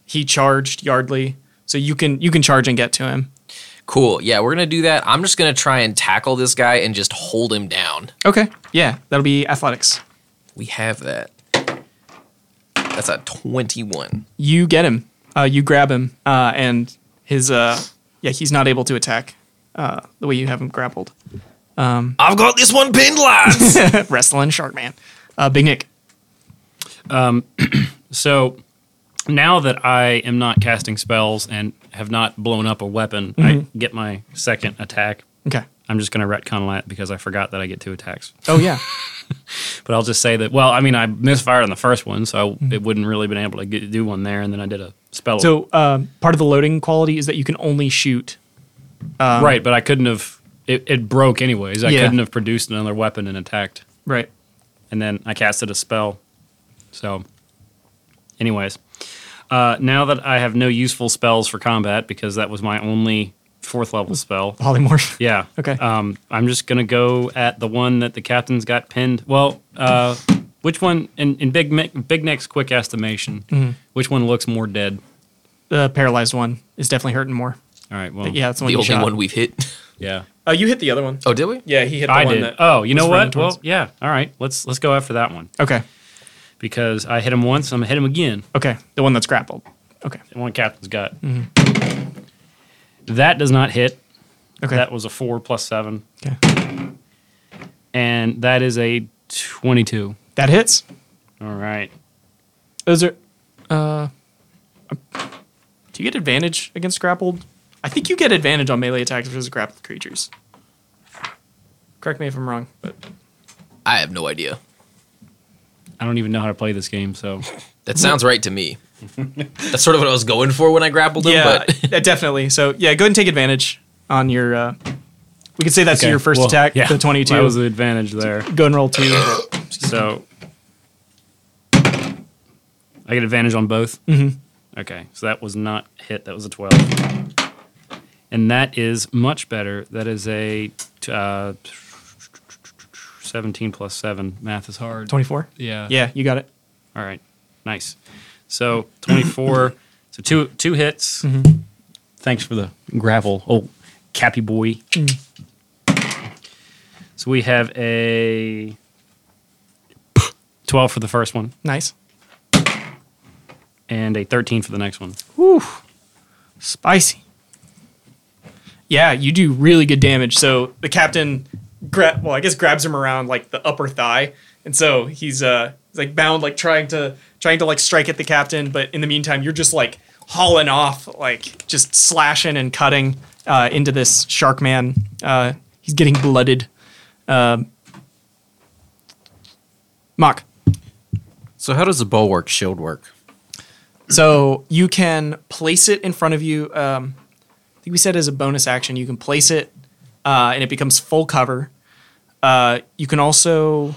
Speaker 5: he charged Yardley. So you can you can charge and get to him.
Speaker 3: Cool. Yeah, we're gonna do that. I'm just gonna try and tackle this guy and just hold him down.
Speaker 5: Okay. Yeah, that'll be athletics.
Speaker 3: We have that. That's a 21.
Speaker 5: You get him. Uh, you grab him, uh, and his uh, yeah, he's not able to attack uh, the way you have him grappled. [laughs]
Speaker 7: I've got this one pinned,
Speaker 3: [laughs]
Speaker 7: lads.
Speaker 5: wrestling shark man. Uh, Big Nick.
Speaker 4: So now that I am not casting spells and have not blown up a weapon, I
Speaker 5: Mm-hmm.
Speaker 4: get my second attack.
Speaker 5: Okay.
Speaker 4: I'm just going to retcon that because I forgot that I get two attacks.
Speaker 5: Oh
Speaker 3: [laughs]
Speaker 5: yeah.
Speaker 4: But I'll just say that, well, I mean, I misfired on the first one, so I, it wouldn't really been able to get, do one there. And then I did a spell.
Speaker 5: Mm-hmm. so um, part of the loading quality is that you can only shoot.
Speaker 4: right, but I couldn't have, it, it broke anyways. I
Speaker 5: um, Yeah.
Speaker 4: couldn't have produced another weapon and attacked.
Speaker 5: Right.
Speaker 4: and then I casted a spell. So, anyways, uh, now that I have no useful spells for combat because that was my only fourth level spell.
Speaker 3: [laughs]
Speaker 5: Polymorph.
Speaker 4: Yeah.
Speaker 5: Okay.
Speaker 4: Um, I'm just gonna go at the one that the captain's got pinned. Well, uh, which one? In, in Big Me- Big Neck's quick estimation,
Speaker 5: Mm-hmm.
Speaker 4: which one looks more dead?
Speaker 5: The paralyzed one is definitely hurting more.
Speaker 4: All right. Well.
Speaker 5: Yeah, that's the one
Speaker 3: The
Speaker 5: you
Speaker 3: only
Speaker 5: shot.
Speaker 3: one we've hit.
Speaker 4: Yeah.
Speaker 5: Oh, you hit the other one.
Speaker 3: Oh, did we?
Speaker 5: Yeah, he hit the
Speaker 4: I
Speaker 5: one
Speaker 4: did.
Speaker 5: that. uh,
Speaker 4: oh, you know
Speaker 5: was running
Speaker 4: what? Well,
Speaker 5: towards-
Speaker 4: yeah. All right. Let's let's go after that one
Speaker 5: Okay.
Speaker 4: because I hit him once. I'm gonna hit him again.
Speaker 5: Okay. The one that's grappled. Okay.
Speaker 4: The one captain's got. That does not hit.
Speaker 5: Mm-hmm. Okay.
Speaker 4: That was a four plus seven,
Speaker 5: okay.
Speaker 4: and that is a twenty-two.
Speaker 5: That hits.
Speaker 4: All right.
Speaker 5: Those are. Uh, do you get advantage against grappled? I think you get advantage on melee attacks versus grappled creatures. Correct me if I'm wrong, but
Speaker 3: I have no idea.
Speaker 4: I don't even know how to play this
Speaker 5: [laughs]
Speaker 4: game, so
Speaker 3: That sounds right to me. That's sort of what I was going for when I grappled him, but
Speaker 5: uh, definitely. So [laughs] yeah, go ahead and take advantage on your. Uh, we could say that's
Speaker 4: Okay,
Speaker 5: your first
Speaker 4: well,
Speaker 5: attack,
Speaker 4: yeah,
Speaker 5: the 22.
Speaker 4: That was the advantage there.
Speaker 5: go and roll two.
Speaker 4: So I get advantage on both. Mm-hmm. Okay, so that was not hit. That was a twelve, and that is much better. That is a t- uh, seventeen plus seven. Math is hard.
Speaker 5: 24.
Speaker 4: Yeah.
Speaker 5: Yeah, you got it.
Speaker 4: All right. Nice. So [coughs] 24. so two two hits. Thanks for the gravel. Oh, Cappy boy. Mm. So we have a 12 for the first one
Speaker 5: Nice.
Speaker 4: and a 13 for the next one.
Speaker 5: Spicy. Yeah, you do really good damage. So the captain grab well, I guess grabs him around like the upper thigh. And so he's uh he's like bound, like trying to trying to like strike at the captain, but in the meantime, you're just like hauling off, like just slashing and cutting uh into this shark man. Uh he's getting blooded. Um Mock.
Speaker 1: So how does the bulwark shield work?
Speaker 5: So you can place it in front of you. Um, I think we said as a bonus action, you can place it uh, and it becomes full cover. Uh, you can also,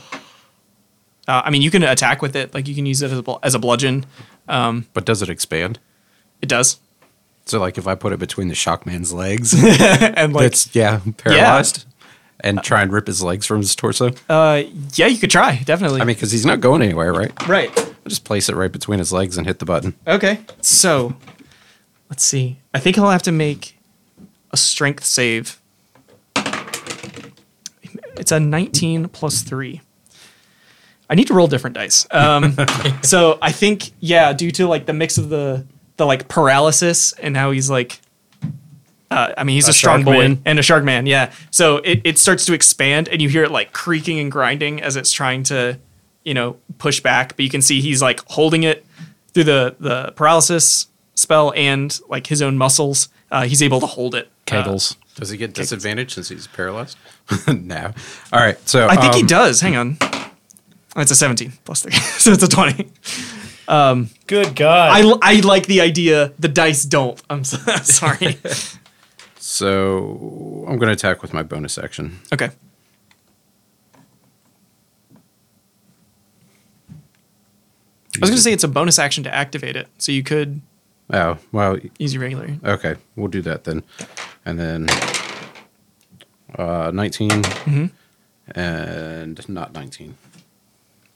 Speaker 5: uh, I mean, you can attack with it. Like you can use it as a, bl- as a bludgeon.
Speaker 1: But does it expand?
Speaker 5: It does.
Speaker 1: So like if I put it between the shockman's legs,
Speaker 5: And like,
Speaker 1: it's yeah, paralyzed. And try and rip his legs from his torso.
Speaker 5: uh, yeah, you could try definitely.
Speaker 1: I mean, because he's not going anywhere, right?
Speaker 5: right.
Speaker 1: I'll just place it right between his legs and hit the button.
Speaker 5: Okay. So let's see. I think he'll have to make a strength save. It's a 19 plus three. I need to roll different dice.
Speaker 4: [laughs]
Speaker 5: Um, so I think, yeah, due to like the mix of the, the like paralysis and how he's like, uh, I mean, he's a, strong
Speaker 4: shark
Speaker 5: boy
Speaker 4: man.
Speaker 5: and a shark man. Yeah. So it, it starts to expand and you hear it like creaking and grinding as it's trying to, you know, push back. But you can see he's like holding it through the, the paralysis spell and like his own muscles. Uh, he's able to hold it. Uh,
Speaker 4: Kegels.
Speaker 1: Does he get disadvantage since he's paralyzed? [laughs] no. All right. So
Speaker 5: I think he
Speaker 1: um,
Speaker 5: does. Hang on. Oh, It's a 17 plus 3. [laughs] so it's a 20.
Speaker 4: Good God.
Speaker 5: I, I like the idea the dice don't. I'm so, [laughs] sorry.
Speaker 1: So I'm going to attack with my bonus action.
Speaker 5: okay. I was going to say it's a bonus action to activate it. So you could
Speaker 1: Oh well.
Speaker 5: use your regular.
Speaker 1: Okay, we'll do that then, and then uh, 19 and not nineteen,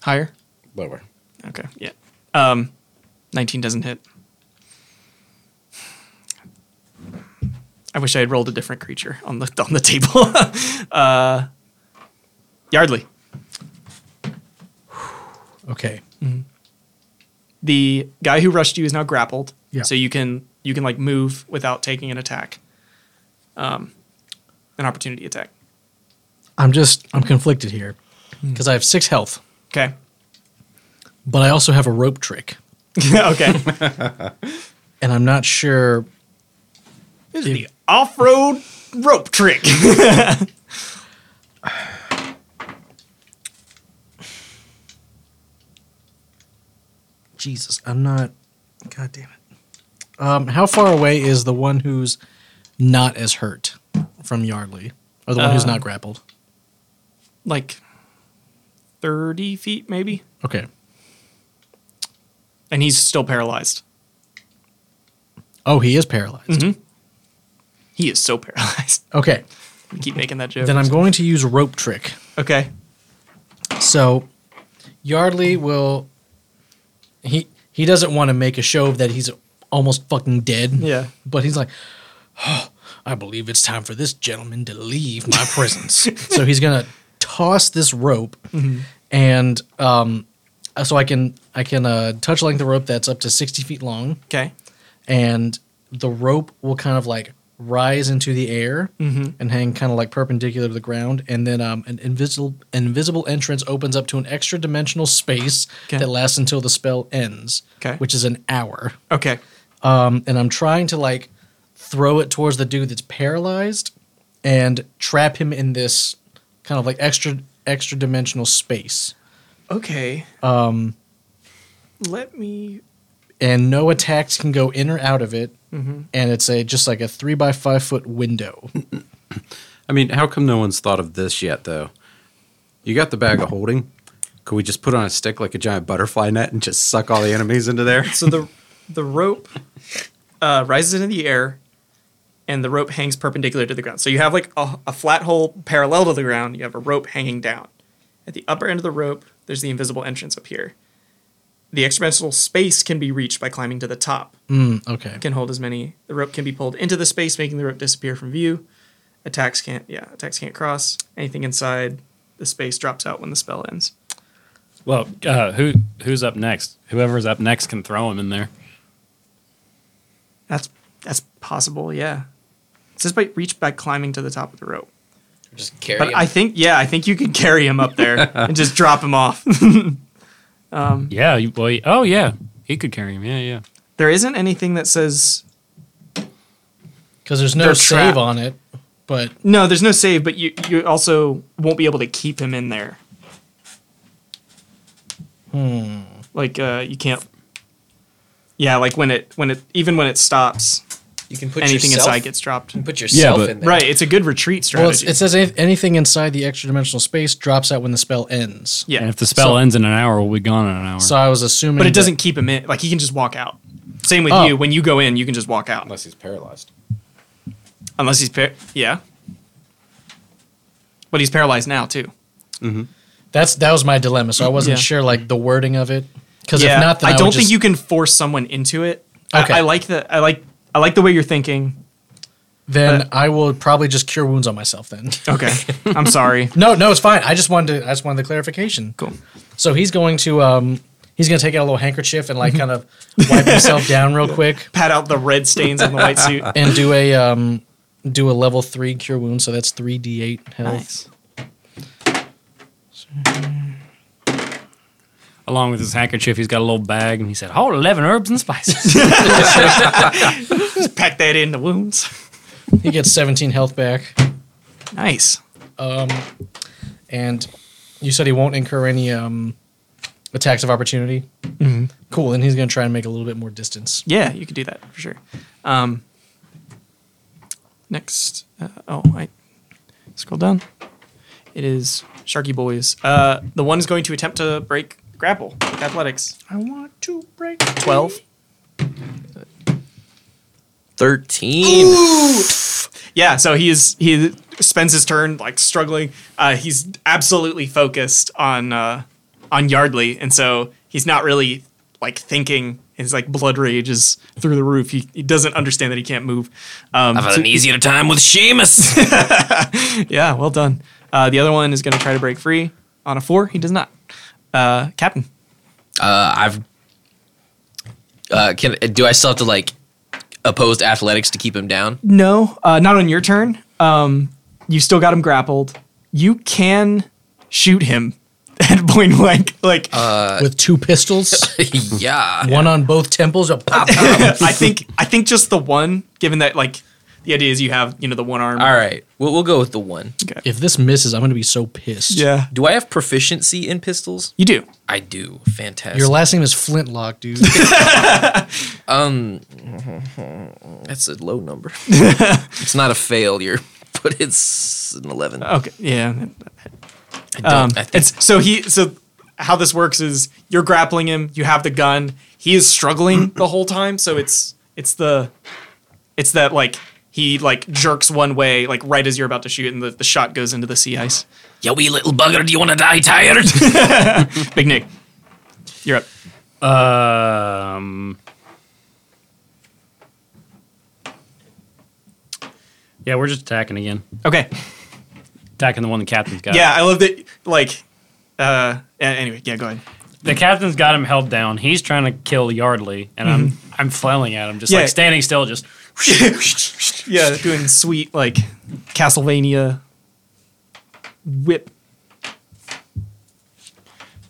Speaker 5: Higher?
Speaker 1: lower.
Speaker 5: Okay. Yeah. Um, 19 doesn't hit. I wish I had rolled a different creature on the on the table. [laughs] uh, Yardley.
Speaker 2: Okay.
Speaker 5: the guy who rushed you is now grappled.
Speaker 2: Yeah.
Speaker 5: So you can you can like move without taking an attack. Um, an opportunity attack.
Speaker 2: I'm just I'm conflicted here
Speaker 5: Hmm.
Speaker 2: because I have six health,
Speaker 5: Okay. [laughs]
Speaker 2: but I also have a rope trick,
Speaker 5: okay.
Speaker 2: and I'm not sure.
Speaker 5: Off road rope trick. [laughs]
Speaker 2: Jesus, I'm not. God damn it. Um, how far away is the one who's not as hurt
Speaker 5: Uh,
Speaker 2: from Yardley, or the one who's not grappled?
Speaker 5: like thirty feet, maybe,
Speaker 2: Okay.
Speaker 5: and he's still paralyzed.
Speaker 2: Oh, he is paralyzed.
Speaker 5: He is so [laughs] paralyzed.
Speaker 2: Okay.
Speaker 5: I keep making that joke.
Speaker 2: Then I'm going to use rope trick.
Speaker 5: okay.
Speaker 2: So Yardley will he he doesn't want to make a show of that he's almost fucking dead.
Speaker 5: Yeah.
Speaker 2: But he's like, oh, I believe it's time for this gentleman to leave my presence. so he's gonna toss this rope and um so I can I can uh touch length the rope that's up to sixty feet long
Speaker 5: Okay.
Speaker 2: and the rope will kind of like rise into the air
Speaker 5: Mm-hmm.
Speaker 2: and hang kind of like perpendicular to the ground and then um, an invisible invisible entrance opens up to an extra dimensional space
Speaker 5: Okay.
Speaker 2: that lasts until the spell ends
Speaker 5: Okay.
Speaker 2: which is an hour
Speaker 5: Okay.
Speaker 2: um, and i'm trying to like throw it towards the dude that's paralyzed and trap him in this kind of like extra extra dimensional space
Speaker 5: Okay. Um. Let me.
Speaker 2: and no attacks can go in or out of it
Speaker 5: Mm-hmm.
Speaker 2: and it's a just like a three by five foot
Speaker 5: [laughs]
Speaker 2: window
Speaker 1: I mean, how come no one's thought of this yet, though? You got the bag of holding. Could we just put on a stick like a giant butterfly net and just suck all the enemies into there?
Speaker 5: So the the rope uh, rises into the air, and the rope hangs perpendicular to the ground. So you have like a, a flat hole parallel to the ground. You have a rope hanging down. At the upper end of the rope, there's the invisible entrance up here. The extra-dimensional space can be reached by climbing to the top.
Speaker 2: okay
Speaker 5: Can hold as many. The rope can be pulled into the space, making the rope disappear from view. Attacks can't. Yeah, attacks can't cross. Anything inside the space drops out when the spell ends.
Speaker 4: Well, uh, who who's up next? Whoever's up next can throw him in there.
Speaker 5: That's that's possible, yeah. It says by reach by climbing to the top of the rope.
Speaker 3: Just carry
Speaker 5: But
Speaker 3: him.
Speaker 5: I think yeah, I think you could [laughs] carry him up there and just drop him off. [laughs]
Speaker 4: Yeah. You, well, he- oh yeah, he could carry him. Yeah, yeah.
Speaker 5: there isn't anything that says
Speaker 2: because there's no
Speaker 5: They're
Speaker 2: save
Speaker 5: trapped.
Speaker 2: on it. But
Speaker 5: no, there's no save, but you you also won't be able to keep him in there. Hmm. Like uh you can't Yeah, like when it when it even when it stops,
Speaker 3: you can put
Speaker 5: anything
Speaker 3: yourself,
Speaker 5: inside gets dropped.
Speaker 3: you can put yourself
Speaker 4: but-
Speaker 3: in there.
Speaker 5: Right, it's a good retreat
Speaker 2: well, it's,
Speaker 5: strategy.
Speaker 2: it says anyth- anything inside the extra dimensional space drops out when the spell ends.
Speaker 5: yeah.
Speaker 4: And if the spell
Speaker 2: So-
Speaker 4: ends in an hour, we'll be gone in an hour.
Speaker 2: So I was assuming,
Speaker 5: but it
Speaker 2: that-
Speaker 5: doesn't keep him in. Like he can just walk out. Same with
Speaker 2: Oh.
Speaker 5: you. When you go in, you can just walk out.
Speaker 1: Unless he's paralyzed.
Speaker 5: Unless he's par- yeah. But he's paralyzed now too.
Speaker 2: That's that was my dilemma. So I wasn't
Speaker 5: Yeah.
Speaker 2: sure like the wording of it. Because
Speaker 5: yeah,
Speaker 2: if not, then
Speaker 5: I
Speaker 2: I,
Speaker 5: don't
Speaker 2: would
Speaker 5: think
Speaker 2: just-
Speaker 5: you can force someone into it. I-
Speaker 2: Okay.
Speaker 5: I, like the I like I like the way you're thinking.
Speaker 2: Then
Speaker 5: but-
Speaker 2: I will probably just cure wounds on myself. Then [laughs]
Speaker 5: Okay, I'm sorry.
Speaker 2: no, no, it's fine. I just wanted to, I just wanted the clarification.
Speaker 5: Cool.
Speaker 2: So he's going to um he's going to take out a little handkerchief and like kind of wipe himself [laughs] down real quick
Speaker 5: Pat out the red stains on the white suit.
Speaker 2: [laughs] and do a um do a level three cure wound. So that's three d eight health.
Speaker 4: Along with his handkerchief, he's got a little bag, and he said, "Oh, 11 herbs and [laughs] spices."
Speaker 5: Just pack that in the wounds.
Speaker 2: He gets seventeen health back.
Speaker 5: Nice.
Speaker 2: and you said he won't incur any um, attacks of opportunity. Cool, and he's going to try and make a little bit more distance.
Speaker 5: Yeah, you could do that for sure. Um, next, uh, oh, I scroll down. It is Sharky Boys. Uh, the one is going to attempt to break grapple with athletics. I want to break twelve.
Speaker 3: 13.
Speaker 5: Yeah, so he is he spends his turn like struggling. Uh, he's absolutely focused on uh, on Yardley, and so he's not really like thinking. His like blood rage is through the roof. He, he doesn't understand that he can't move. Um,
Speaker 7: I've had
Speaker 5: so-
Speaker 7: an easier time with [laughs] Seamus.
Speaker 5: yeah, well done. Uh, the other one is going to try to break free on a four. He does not. Uh, Captain.
Speaker 3: Uh, I've. Uh, can do I still have to like oppose to athletics to keep him down? [laughs]
Speaker 5: No, uh, not on your turn. Um, you still got him grappled. You can shoot him [laughs] at point blank. Like
Speaker 3: Uh,
Speaker 2: With two pistols,
Speaker 3: [laughs] yeah.
Speaker 2: one on both temples, a pop.
Speaker 5: [laughs]
Speaker 3: [laughs]
Speaker 5: I think I think just the one, given that like the idea is you have you know the one arm.
Speaker 3: All right. We'll, we'll go with the one.
Speaker 2: if this misses, I'm going to be so pissed.
Speaker 5: Yeah,
Speaker 3: Do I have proficiency in pistols?
Speaker 5: you do.
Speaker 3: I do. Fantastic.
Speaker 2: Your last name is Flintlock, dude.
Speaker 3: That's a
Speaker 5: [laughs]
Speaker 3: low number. [laughs] it's not a failure, but it's an 11.
Speaker 5: Okay, yeah. Um, it's so he so how this works is you're grappling him. You have the gun. He is
Speaker 4: [clears throat]
Speaker 5: struggling the whole time. So it's it's the it's that like he like jerks one way like right as you're about to shoot, and the, the shot goes into the sea ice.
Speaker 7: You wee little bugger, do you want to die tired?
Speaker 5: Big Nick, you're up.
Speaker 4: Um. Yeah, we're just attacking again.
Speaker 5: Okay.
Speaker 4: Uh, Attacking the one the captain's got.
Speaker 5: Yeah, I love that. Like, uh, a- anyway, yeah,
Speaker 4: [laughs]
Speaker 5: go ahead.
Speaker 4: the captain's got him held down. He's trying to kill Yardley, and I'm I'm flailing at him, just
Speaker 5: Mm-hmm. Yeah.
Speaker 4: like standing still, just
Speaker 5: Yeah, doing sweet like Castlevania whip.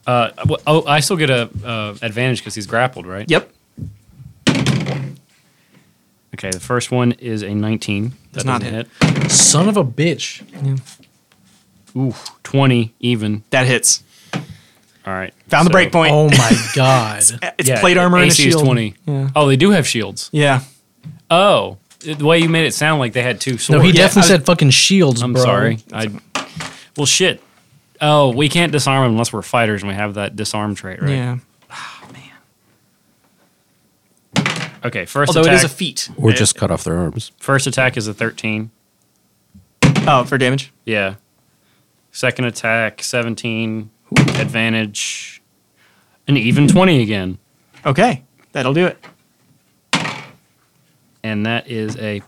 Speaker 4: Uh, w- oh, I still get a uh, advantage because he's grappled, right?
Speaker 5: Yep,
Speaker 4: Okay, the first one is a 19. That's
Speaker 5: not
Speaker 4: hit.
Speaker 2: Son of a bitch.
Speaker 4: Ooh, 20 even.
Speaker 5: that hits.
Speaker 4: All right.
Speaker 5: Found the
Speaker 4: so-
Speaker 5: breakpoint.
Speaker 2: Oh my god.
Speaker 5: It's
Speaker 4: Yeah,
Speaker 5: plate armor and a
Speaker 4: AC is
Speaker 5: shield.
Speaker 4: 20.
Speaker 5: Yeah.
Speaker 4: Oh, they do have shields.
Speaker 5: Yeah,
Speaker 4: Oh, it- the way you made it sound like they had two swords.
Speaker 2: No, he
Speaker 5: Yeah,
Speaker 2: definitely
Speaker 5: I-
Speaker 2: said fucking shields,
Speaker 4: I'm
Speaker 2: bro.
Speaker 4: sorry. I. Well, shit. Oh, we can't disarm him unless we're fighters and we have that disarm trait, right? Ah,
Speaker 5: yeah.
Speaker 4: Okay, first
Speaker 5: Although
Speaker 4: attack.
Speaker 5: it is a feat.
Speaker 1: Or just cut off their arms.
Speaker 4: first attack is a 13.
Speaker 5: Oh, for damage.
Speaker 4: Yeah. Second attack, 17. Advantage. An even 20 again.
Speaker 5: Okay, that'll do it.
Speaker 4: And that is a.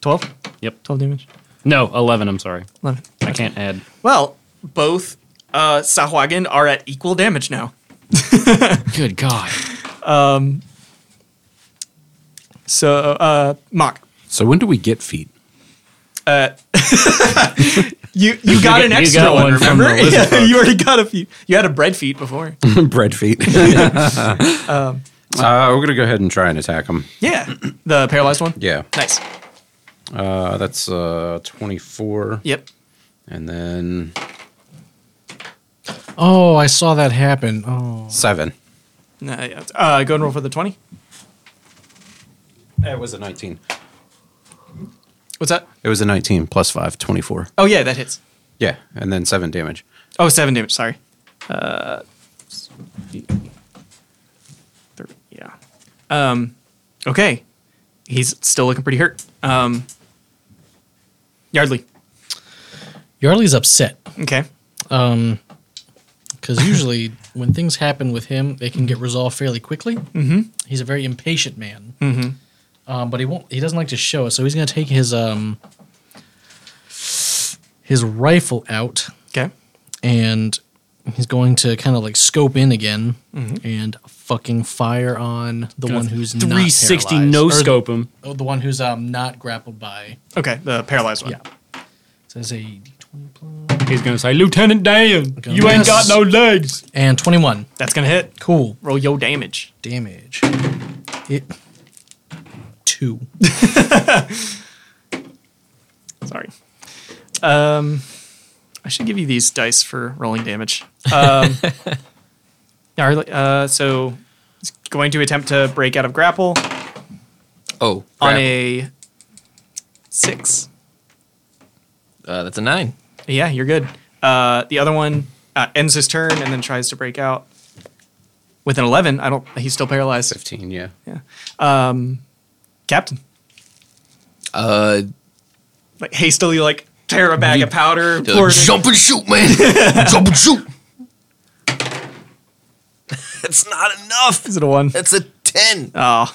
Speaker 5: Twelve.
Speaker 4: Yep.
Speaker 5: Twelve damage.
Speaker 4: No, 11, I'm sorry.
Speaker 5: Eleven.
Speaker 4: I can't add.
Speaker 5: Well, both uh, Sahuagin are at equal damage now. [laughs] Um,
Speaker 4: Good God.
Speaker 5: So, uh, Mock,
Speaker 1: So when do we get feet?
Speaker 5: you you got
Speaker 4: get-
Speaker 5: an
Speaker 4: you
Speaker 5: extra
Speaker 4: got
Speaker 5: one,
Speaker 4: one from
Speaker 5: remember?
Speaker 4: the
Speaker 5: [laughs]
Speaker 4: lizard
Speaker 5: Yeah, you already got a few. You had a bread feet [laughs] before.
Speaker 1: [laughs] Bread [laughs] feet. uh, we're going to go ahead and try and attack them.
Speaker 5: yeah, the paralyzed one.
Speaker 1: Yeah.
Speaker 5: Nice.
Speaker 1: Uh, that's uh, 24.
Speaker 5: Yep.
Speaker 1: And then
Speaker 2: Oh, I saw that happen. Oh.
Speaker 1: seven.
Speaker 5: Nah, yeah. Uh, go and roll for the twenty.
Speaker 1: It was a 19.
Speaker 5: What's that?
Speaker 1: It was a 19 plus 5, 24.
Speaker 5: Oh yeah, that hits.
Speaker 1: Yeah. And then seven damage.
Speaker 5: Oh, seven damage. Sorry. Uh, thir- yeah. Um, okay. He's still looking pretty hurt. Um, Yardley.
Speaker 2: Yardley's upset.
Speaker 5: Okay.
Speaker 2: Um, because usually when things happen with him, they
Speaker 4: Mm-hmm.
Speaker 2: can get resolved fairly quickly. Mm-hmm. He's a very impatient man. Mm-hmm. Um, but he won't. He doesn't like to show it, so he's going to take his um his rifle out,
Speaker 5: Okay.
Speaker 2: and he's going to kind of like scope in again
Speaker 4: Mm-hmm.
Speaker 2: and fucking fire on the one who's not
Speaker 4: 360
Speaker 2: paralyzed.
Speaker 4: no
Speaker 2: Or
Speaker 4: scope him.
Speaker 2: Oh, the one who's um not grappled by.
Speaker 5: Okay. The paralyzed one.
Speaker 2: Yeah. So it's a
Speaker 4: He's going to say, Lieutenant Dan,
Speaker 2: Gonna
Speaker 4: you ain't got
Speaker 2: miss.
Speaker 4: no legs.
Speaker 2: and twenty one.
Speaker 5: That's gonna hit.
Speaker 2: Cool.
Speaker 5: Roll yo damage.
Speaker 2: damage. It two.
Speaker 5: Sorry. Um, I should give you these dice for rolling damage. Um, Yardley. Uh, so he's going to attempt to break out of grapple.
Speaker 3: Oh,
Speaker 5: on
Speaker 3: crap.
Speaker 5: a six.
Speaker 3: uh, that's a nine.
Speaker 5: Yeah, you're good. Uh, the other one uh, ends his turn and then tries to break out with an eleven. I don't. He's still paralyzed.
Speaker 1: 15, yeah.
Speaker 5: Um, Captain,
Speaker 3: Uh,
Speaker 5: like hastily, like tear a bag of powder.
Speaker 3: uh,
Speaker 5: pour it in-
Speaker 3: jump and shoot, man. [laughs] jump and shoot. That's not enough.
Speaker 5: Is it a one?
Speaker 3: That's a ten.
Speaker 5: Oh,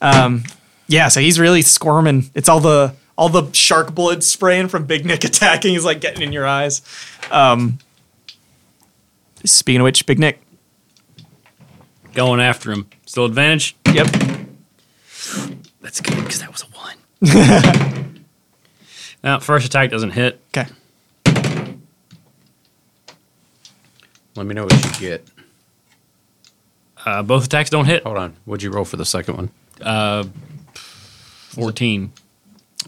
Speaker 5: um, yeah. So he's really squirming. It's all the all the shark blood spraying from Big Nick attacking. He's like getting in your eyes. Um, speaking of which, Big Nick.
Speaker 4: Going after him. Still advantage?
Speaker 5: Yep.
Speaker 4: That's good because that was a one. [laughs] now, first attack doesn't hit.
Speaker 5: Okay.
Speaker 1: Let me know what you get.
Speaker 4: Uh, both attacks don't hit.
Speaker 1: Hold on. What'd you roll for the second one?
Speaker 4: 14.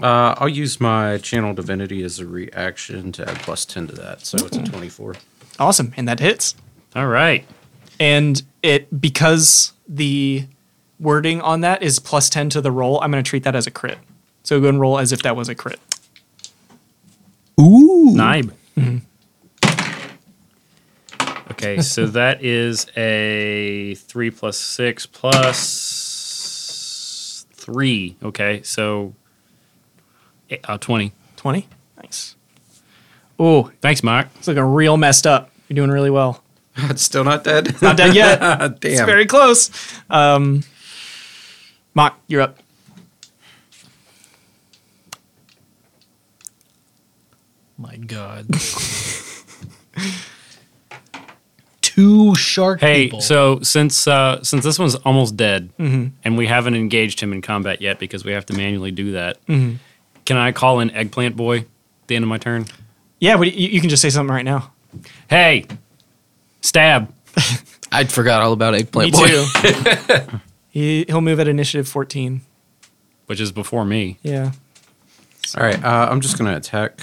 Speaker 1: Uh, I'll use my channel divinity as a reaction to add plus 10 to that. So it's a 24.
Speaker 5: Awesome, and that hits.
Speaker 4: All right.
Speaker 5: and it because the wording on that is plus 10 to the roll i'm going to treat that as a crit so go and roll as if that was a crit
Speaker 4: Nibe. Okay, so that is a three plus six plus three. Okay, so eh, uh, twenty.
Speaker 5: 20. Nice. Oh,
Speaker 4: Thanks, Mark.
Speaker 5: it's looking real messed up. You're doing really well.
Speaker 6: It's [laughs] still not dead.
Speaker 5: Not dead
Speaker 6: [laughs]
Speaker 5: yet. It's
Speaker 6: Damn.
Speaker 5: very close. Um, Mock, you're up.
Speaker 2: My God. Two shark
Speaker 4: Hey,
Speaker 2: people.
Speaker 4: so since uh, since this one's almost dead, and we haven't engaged him in combat yet because we have to manually do that, can I call in Eggplant Boy at the end of my turn?
Speaker 5: Yeah, what, you, you can just say something right now.
Speaker 4: Hey, stab.
Speaker 3: I forgot all about
Speaker 5: Me
Speaker 3: eggplant boy.
Speaker 5: too.
Speaker 6: [laughs]
Speaker 5: he, he'll move at initiative 14.
Speaker 4: Which is before me.
Speaker 5: Yeah.
Speaker 1: All right, uh, I'm just gonna attack.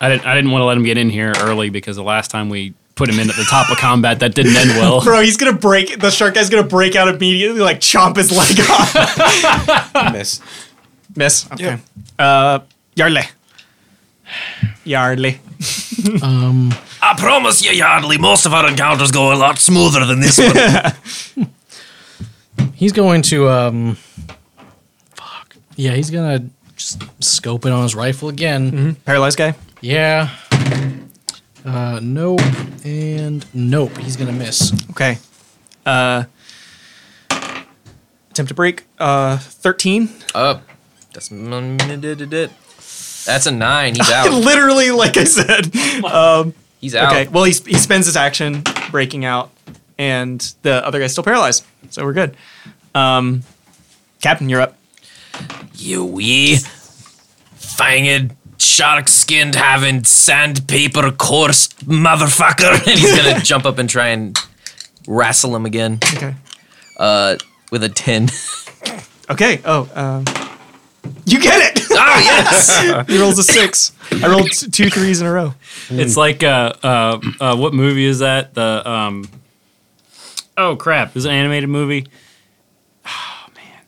Speaker 4: I didn't. I didn't want to let him get in here early because the last time we put him in at the top of combat, that didn't end well.
Speaker 5: Bro, he's going to break. The shark guy's going to break out immediately, like chomp his leg
Speaker 6: [laughs]
Speaker 5: off.
Speaker 6: Miss.
Speaker 5: Miss. Okay. Uh, Yarle. Yarle.
Speaker 7: I promise you, Yardley, most of our encounters go a lot smoother than this one.
Speaker 2: He's going to um fuck. Yeah, he's gonna just scope it on his rifle again.
Speaker 4: Mm-hmm.
Speaker 5: Paralyzed guy.
Speaker 2: Yeah. Uh nope and nope. He's gonna miss.
Speaker 5: Okay. Uh, attempt to break. Uh, 13.
Speaker 3: Up. Oh. That's that's a nine. He's [laughs] out.
Speaker 5: [laughs] Literally, like I said.
Speaker 3: He's out.
Speaker 5: Okay. Well, he, sp- he spends his action breaking out, and the other guy's still paralyzed. So we're good. Um, Captain, you're up.
Speaker 3: You wee, fanged, shark skinned, having sandpaper coarse motherfucker. [laughs] and he's gonna jump up and try and wrestle him again
Speaker 5: Okay.
Speaker 3: uh, with a [laughs] 10.
Speaker 5: Okay. Oh, um, you get it.
Speaker 3: oh, yes!
Speaker 5: [laughs] he rolls a six. I rolled t- two threes in a row.
Speaker 4: It's like uh, uh, uh, what movie is that? The um, oh crap, is it an animated movie? [sighs] Oh man,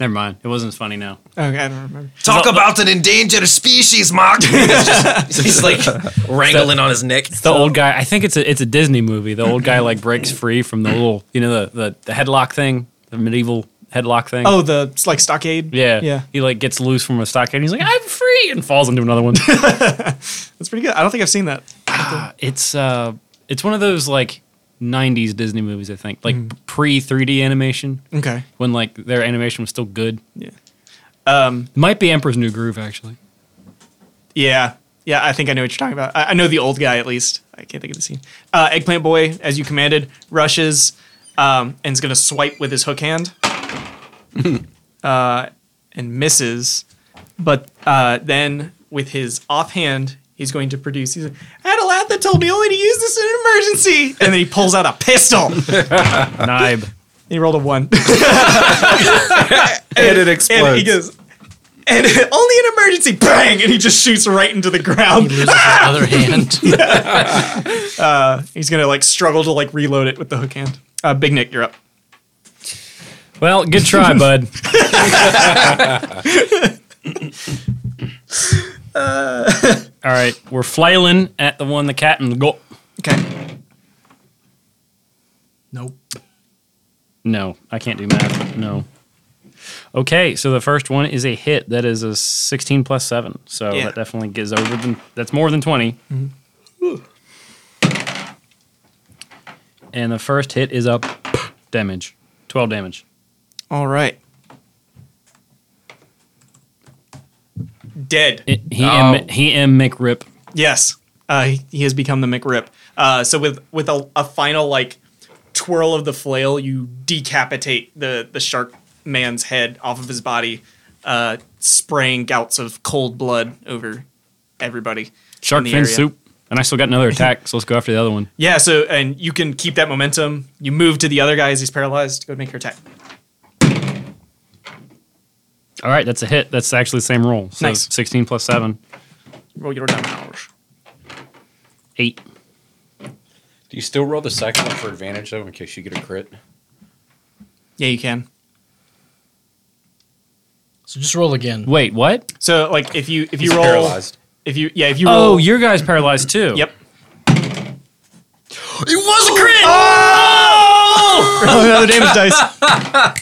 Speaker 4: never mind. It wasn't as funny now.
Speaker 5: Okay, I don't remember.
Speaker 3: Talk about an endangered species, [laughs] Mark! he's, just, he's [laughs] like wrangling on his neck.
Speaker 4: The old guy. I think it's a it's a Disney movie. The old guy like breaks free from the little you know the the, the headlock thing, the medieval headlock thing.
Speaker 5: Oh, the it's like stockade.
Speaker 4: Yeah,
Speaker 5: Yeah.
Speaker 4: He like gets loose from a stockade. And he's like, "I'm free," and falls into
Speaker 5: [laughs]
Speaker 4: another one.
Speaker 5: That's pretty good. I don't think I've seen that.
Speaker 4: it's uh, it's one of those like '90s Disney movies. I think like
Speaker 5: Mm-hmm.
Speaker 4: pre 3D animation.
Speaker 5: Okay.
Speaker 4: when like their animation was still good.
Speaker 5: Mm-hmm. Yeah. Um,
Speaker 4: Might be Emperor's New Groove actually.
Speaker 5: Yeah. Yeah, I think I know what you're talking about. I, I know the old guy at least. I can't think of the scene. Uh, Eggplant Boy, as you commanded, rushes um, and is going to swipe with his
Speaker 6: [laughs]
Speaker 5: hook hand uh, and misses. But uh, then with his offhand, he's going to produce. He's like, I had a lad that told me only to use this in an emergency. And then he pulls out a pistol. and
Speaker 4: Nibe.
Speaker 5: he rolled
Speaker 6: [laughs]
Speaker 5: a one.
Speaker 6: And it
Speaker 5: [laughs] and he
Speaker 6: explodes.
Speaker 5: goes, and [laughs] only an emergency. Bang! And he just shoots right into the ground.
Speaker 2: Loses his
Speaker 5: [laughs]
Speaker 2: other hand.
Speaker 5: Uh, He's gonna like struggle to like reload it with the hook hand. Uh, Big Nick, you're up.
Speaker 4: Well,
Speaker 5: [laughs]
Speaker 4: good try, bud.
Speaker 5: Uh,
Speaker 4: All right, we're flailing at the one the captain go.
Speaker 5: Okay.
Speaker 2: Nope.
Speaker 4: No, I can't do math. No. Okay, so the first one is a hit. That is a 16 plus 7. So
Speaker 5: Yeah.
Speaker 4: that definitely gives over than that's more than 20. And the first hit is up damage. 12 damage.
Speaker 5: All right. Dead.
Speaker 4: It- he am he am McRip.
Speaker 5: Yes. Uh, he, he has become the McRib. Uh, so with with a, a final like twirl of the flail, you decapitate the the shark man's head off of his body, uh, spraying gouts of cold blood over everybody.
Speaker 4: Shark
Speaker 5: the
Speaker 4: fin
Speaker 5: area.
Speaker 4: soup. And I still got another attack, so let's go after the other one.
Speaker 5: Yeah. So and you can keep that momentum. You move to the other guy as he's paralyzed. Go make your attack.
Speaker 4: All right, that's a hit. That's actually the same roll. So
Speaker 5: Nice.
Speaker 4: 16 plus 7,
Speaker 5: Roll your damage.
Speaker 4: 8.
Speaker 1: Do you still roll the second one for advantage though, in case you get a crit?
Speaker 5: Yeah, you can.
Speaker 2: So just roll again.
Speaker 4: Wait, what?
Speaker 5: So like if you if you
Speaker 6: He's
Speaker 5: roll
Speaker 6: paralyzed.
Speaker 5: if you yeah if you roll
Speaker 4: Oh, your guy's paralyzed too.
Speaker 5: yep
Speaker 3: It was a crit!
Speaker 5: Oh, another damage dice.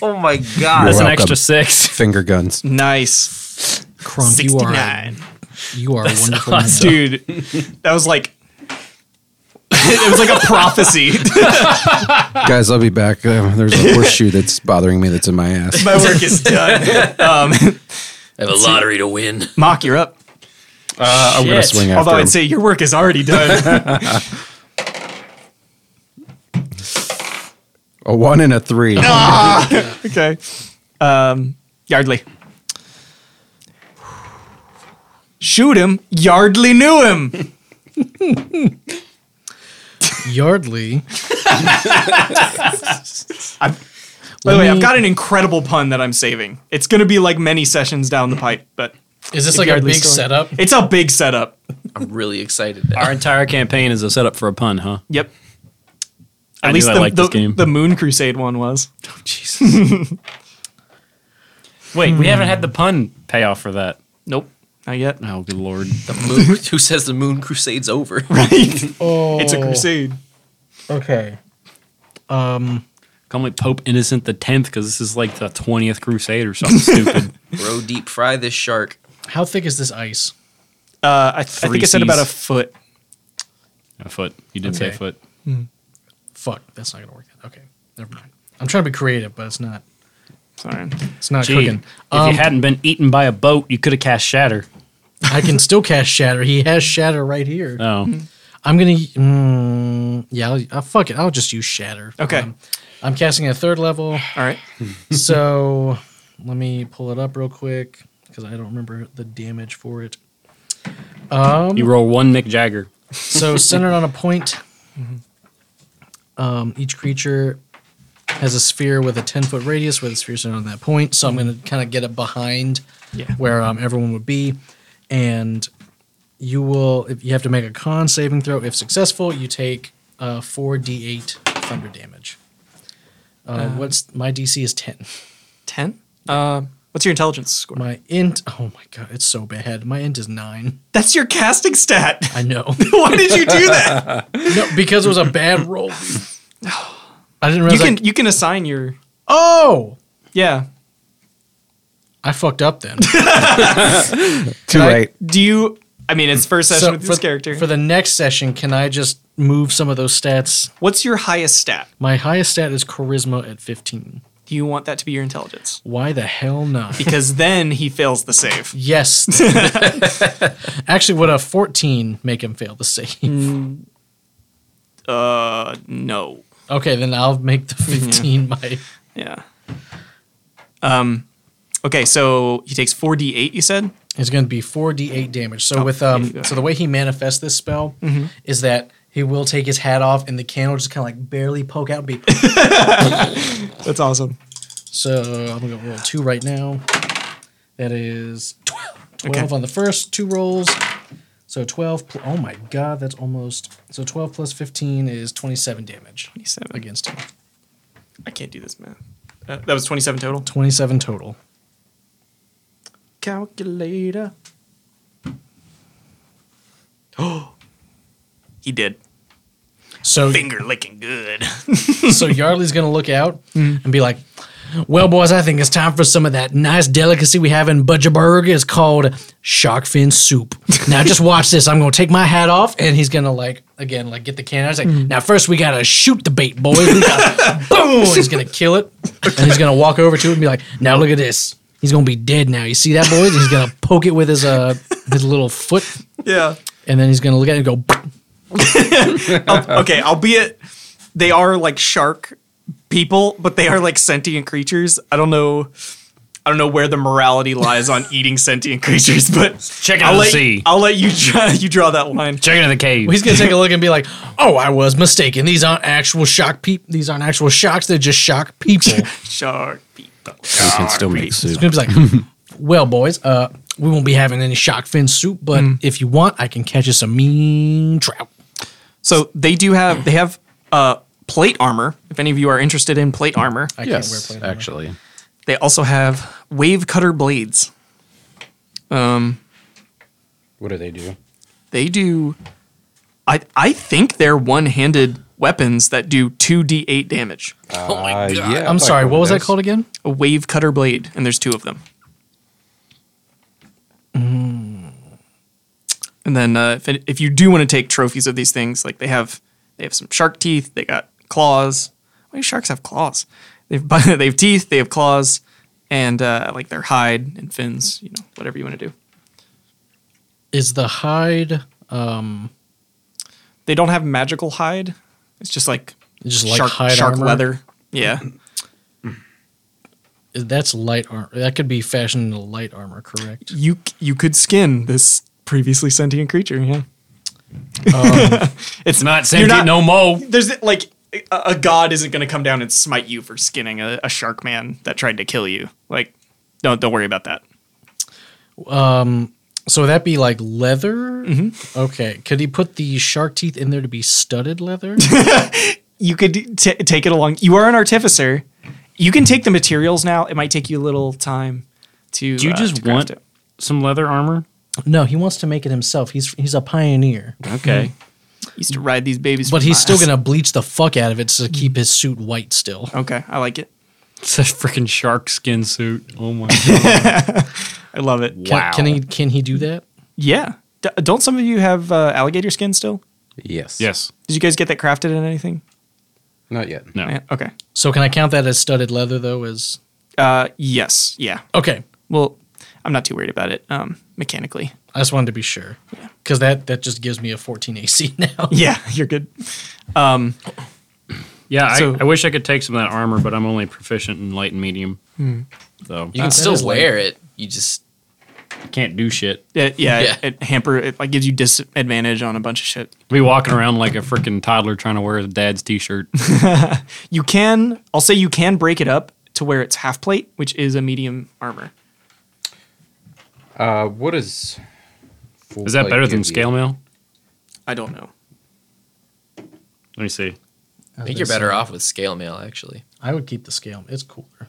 Speaker 3: Oh my god.
Speaker 4: That's an
Speaker 1: welcome.
Speaker 4: extra six. [laughs]
Speaker 1: Finger guns.
Speaker 5: [laughs] Nice.
Speaker 2: Crunk, you are a-
Speaker 5: 69.
Speaker 2: you are a wonderful. man.
Speaker 5: Dude, that was like. [laughs] it was like a prophecy.
Speaker 1: Guys, I'll be back. Uh, there's a horseshoe that's bothering me that's in my ass.
Speaker 5: My work [laughs] is done.
Speaker 3: I have a lottery to win.
Speaker 5: Um, Mock, you're up.
Speaker 1: I'm going to swing after
Speaker 5: Although
Speaker 1: him.
Speaker 5: I'd say your work is already done.
Speaker 1: a one and a three.
Speaker 5: okay. Um, Yardley. Shoot him. Yardley knew him.
Speaker 2: Yardley.
Speaker 5: By the way,
Speaker 4: Mm.
Speaker 5: I've
Speaker 2: me-
Speaker 5: got an incredible pun that I'm saving. It's going to be like many sessions down the pipe, but
Speaker 2: Is this like a
Speaker 5: Yardley's
Speaker 2: big
Speaker 5: still-
Speaker 2: setup?
Speaker 5: It's a big setup.
Speaker 3: I'm really excited. now.
Speaker 4: Our entire campaign is a setup for a pun, huh?
Speaker 5: Yep.
Speaker 4: I
Speaker 5: At
Speaker 4: knew
Speaker 5: least
Speaker 4: I
Speaker 5: the,
Speaker 4: liked
Speaker 5: the,
Speaker 4: this game.
Speaker 5: the Moon Crusade one was.
Speaker 4: Wait, we haven't had the pun payoff for that.
Speaker 5: Hmm. Nope. Not yet.
Speaker 4: Oh, good lord.
Speaker 3: Moon- [laughs] who says the moon crusade's over?
Speaker 2: Oh,
Speaker 5: It's a crusade.
Speaker 2: Okay.
Speaker 4: Call me Pope Innocent the Tenth because this is like the twentieth Crusade or something [laughs] stupid.
Speaker 3: Bro, deep fry this shark.
Speaker 2: How thick is this ice?
Speaker 5: Uh, I, I think I said about a
Speaker 4: C's.
Speaker 5: foot.
Speaker 4: A foot. You did say
Speaker 2: Okay.
Speaker 4: foot.
Speaker 2: Fuck, that's not gonna work. Out. Okay, never mind. I'm trying to be creative, but it's not.
Speaker 5: Sorry.
Speaker 2: It's not
Speaker 4: Gee,
Speaker 2: cooking. Um,
Speaker 4: if you hadn't been eaten by a boat, you could have cast Shatter.
Speaker 2: I can still cast Shatter. He has Shatter right here.
Speaker 4: Oh,
Speaker 5: Mm-hmm.
Speaker 2: I'm gonna. Mm, yeah, I'll, I'll, fuck it. I'll just use Shatter.
Speaker 5: Okay.
Speaker 2: Um, I'm casting at third level,
Speaker 5: All right.
Speaker 2: so let me pull it up real quick because I don't remember the damage for it.
Speaker 4: you roll one Mick Jagger.
Speaker 2: So centered on a point. Um, each creature has a sphere with a ten foot radius where the sphere's centered on that point. So I'm gonna kind of get it behind
Speaker 5: Yeah.
Speaker 2: where um, everyone would be, and you will. If you have to make a con saving throw, if successful, you take uh, four d8 thunder damage. Uh, what's my DC is ten.
Speaker 5: 10? Uh, what's your intelligence score?
Speaker 2: My int. Oh my god, it's so bad. My int is nine.
Speaker 5: That's your casting stat. [laughs]
Speaker 2: I know.
Speaker 5: Why did you do that?
Speaker 2: [laughs] no, because it was a bad roll. dude. I didn't
Speaker 5: you
Speaker 2: realize.
Speaker 5: can
Speaker 2: I-
Speaker 5: you can assign your
Speaker 2: oh.
Speaker 5: yeah.
Speaker 2: I fucked up
Speaker 5: [laughs]
Speaker 2: then.
Speaker 1: Too late.
Speaker 5: Do you? I mean, it's first session
Speaker 2: So
Speaker 5: with
Speaker 2: for,
Speaker 5: this character.
Speaker 2: for the next session, can I just move some of those stats?
Speaker 5: what's your highest stat?
Speaker 2: My highest stat is charisma at 15.
Speaker 5: Do you want that to be your intelligence?
Speaker 2: Why the hell
Speaker 5: [laughs]
Speaker 2: not?
Speaker 5: Because then he fails the [laughs] save.
Speaker 2: yes. Actually, would a 14 make him fail the
Speaker 5: Mm.
Speaker 2: save?
Speaker 5: Uh, no.
Speaker 2: Okay, then I'll make the
Speaker 5: Mm-hmm.
Speaker 2: 15 [laughs] my.
Speaker 5: Yeah. Um. Okay, so he takes four d eight. You said.
Speaker 2: It's going to be 4d8 damage. So with
Speaker 5: yeah,
Speaker 2: um,
Speaker 5: Oh, go Mm-hmm.
Speaker 2: so the way he manifests this spell is that he will take his hat off and the candle just kind of like barely poke out and be.
Speaker 5: That's awesome.
Speaker 2: So I'm gonna roll two right now. That is twelve. Twelve
Speaker 5: Okay.
Speaker 2: on the first two rolls. So twelve. Pl- oh my god, that's almost. So twelve plus fifteen is twenty-seven damage
Speaker 5: Twenty-seven.
Speaker 2: against him.
Speaker 5: I can't do this, man. Uh, that was twenty-seven total.
Speaker 2: Twenty-seven total.
Speaker 5: Calculator. [gasps] Oh, he did.
Speaker 2: So
Speaker 5: Finger licking good.
Speaker 2: so Yardley's gonna look out and be like, "Well, boys, I think it's time for some of that nice delicacy we have in Budgerberg. It's called shark fin soup. now, just watch this. I'm gonna take my hat off, and he's gonna like again, like get the can. I was like, now first we gotta shoot the bait, boys. We gotta- boom! He's gonna kill it, and he's gonna walk over to it and be like, now look at this. He's gonna be dead now. You see that, boys? He's gonna poke it with his uh his little foot,
Speaker 5: yeah.
Speaker 2: and then he's gonna look at it and go.
Speaker 5: okay, albeit they are like shark people, but they are like sentient creatures. I don't know. I don't know where the morality lies [laughs] on eating sentient creatures, but
Speaker 4: Chicken
Speaker 5: I'll
Speaker 4: of the
Speaker 5: let,
Speaker 4: sea.
Speaker 5: I'll let you try, you draw that line.
Speaker 4: Chicken of the cave.
Speaker 2: He's gonna take a look and be like, "Oh, I was mistaken. These aren't actual shock peep. These aren't actual shocks. They're just shock people." He's
Speaker 5: Shark people.
Speaker 1: You can still make soup.
Speaker 2: gonna be like, "Well, boys, uh, we won't be having any shock fin soup, but if you want, I can catch you some mean trout."
Speaker 5: So they do have they have uh plate armor. If any of you are interested in plate armor,
Speaker 2: I
Speaker 1: Yes,
Speaker 2: plate armor.
Speaker 1: actually.
Speaker 5: they also have wave cutter blades.
Speaker 1: What do they do?
Speaker 5: They do. I I think they're one handed weapons that do 2d8 damage.
Speaker 3: Oh my god.
Speaker 2: I'm sorry, what was that called again?
Speaker 5: A wave cutter blade, and there's two of them.
Speaker 2: Hmm.
Speaker 5: And then uh, if, it, if you do want to take trophies of these things, like they have they have some shark teeth, they got claws. Why do sharks have claws? They've they have [laughs] teeth, they have claws, and uh, like their hide and fins. You know, whatever you want to do.
Speaker 2: Is the hide
Speaker 5: They don't have magical hide. It's just like
Speaker 2: just like
Speaker 5: shark
Speaker 2: hide
Speaker 5: shark
Speaker 2: armor?
Speaker 5: leather. Yeah.
Speaker 2: That's light armor. That could be fashioned into light armor, correct?
Speaker 5: you you could skin this previously sentient creature. Yeah,
Speaker 4: [laughs]
Speaker 5: it's
Speaker 4: Um, Not
Speaker 5: you're
Speaker 4: sentient no mo.
Speaker 5: There's like a, a god isn't going to come down and smite you for skinning a, a shark man that tried to kill you. Like, don't don't worry about that.
Speaker 2: So would that be like leather? Okay. Could he put the shark teeth in there to be studded leather?
Speaker 5: You could t- take it along. You are an artificer. You can take the materials now. It might take you a little time to.
Speaker 4: Do you
Speaker 5: uh, to
Speaker 4: just
Speaker 5: craft
Speaker 4: want
Speaker 5: it.
Speaker 4: some leather armor?
Speaker 2: no, he wants to make it himself. He's he's a pioneer.
Speaker 4: Okay.
Speaker 5: used to ride these babies?
Speaker 2: But
Speaker 5: for
Speaker 2: he's still
Speaker 5: miles.
Speaker 2: gonna bleach the fuck out of it to keep his suit white still.
Speaker 5: Okay, I like it.
Speaker 4: [laughs] It's a freaking shark skin suit. Oh [laughs] my god.
Speaker 5: I love it.
Speaker 2: Can, can he can he do that?
Speaker 5: Yeah. D- don't some of you have uh, alligator skin still?
Speaker 1: Yes.
Speaker 4: yes.
Speaker 5: Did you guys get that crafted in anything?
Speaker 1: Not yet.
Speaker 4: No.
Speaker 5: Yeah, okay.
Speaker 2: So can I count that as studded leather though? As
Speaker 5: Uh, yes. Yeah.
Speaker 2: okay.
Speaker 5: Well, I'm not too worried about it. Um,
Speaker 4: [laughs]
Speaker 5: mechanically.
Speaker 2: I just wanted to be sure because that that just gives me a 14 AC [laughs] now.
Speaker 5: Yeah, you're good.
Speaker 4: Yeah,
Speaker 5: So-
Speaker 4: I, I wish I could take some of that armor, but I'm only proficient in light and medium. So
Speaker 3: You can still wear it. You just
Speaker 4: I can't do shit.
Speaker 5: It, yeah.
Speaker 3: Yeah.
Speaker 5: It, it hamper. It like gives you disadvantage on a bunch of shit.
Speaker 4: Be walking around like a freaking toddler trying to wear his dad's t-shirt.
Speaker 5: You can. I'll say you can break it up to where it's half plate, which is a medium armor.
Speaker 1: Uh, what is? full
Speaker 4: Is that
Speaker 1: plate
Speaker 4: better than
Speaker 1: give you?
Speaker 4: scale mail?
Speaker 5: I don't know.
Speaker 4: Let me see.
Speaker 3: I think you're better off with scale mail actually.
Speaker 2: I would keep the scale. It's cooler.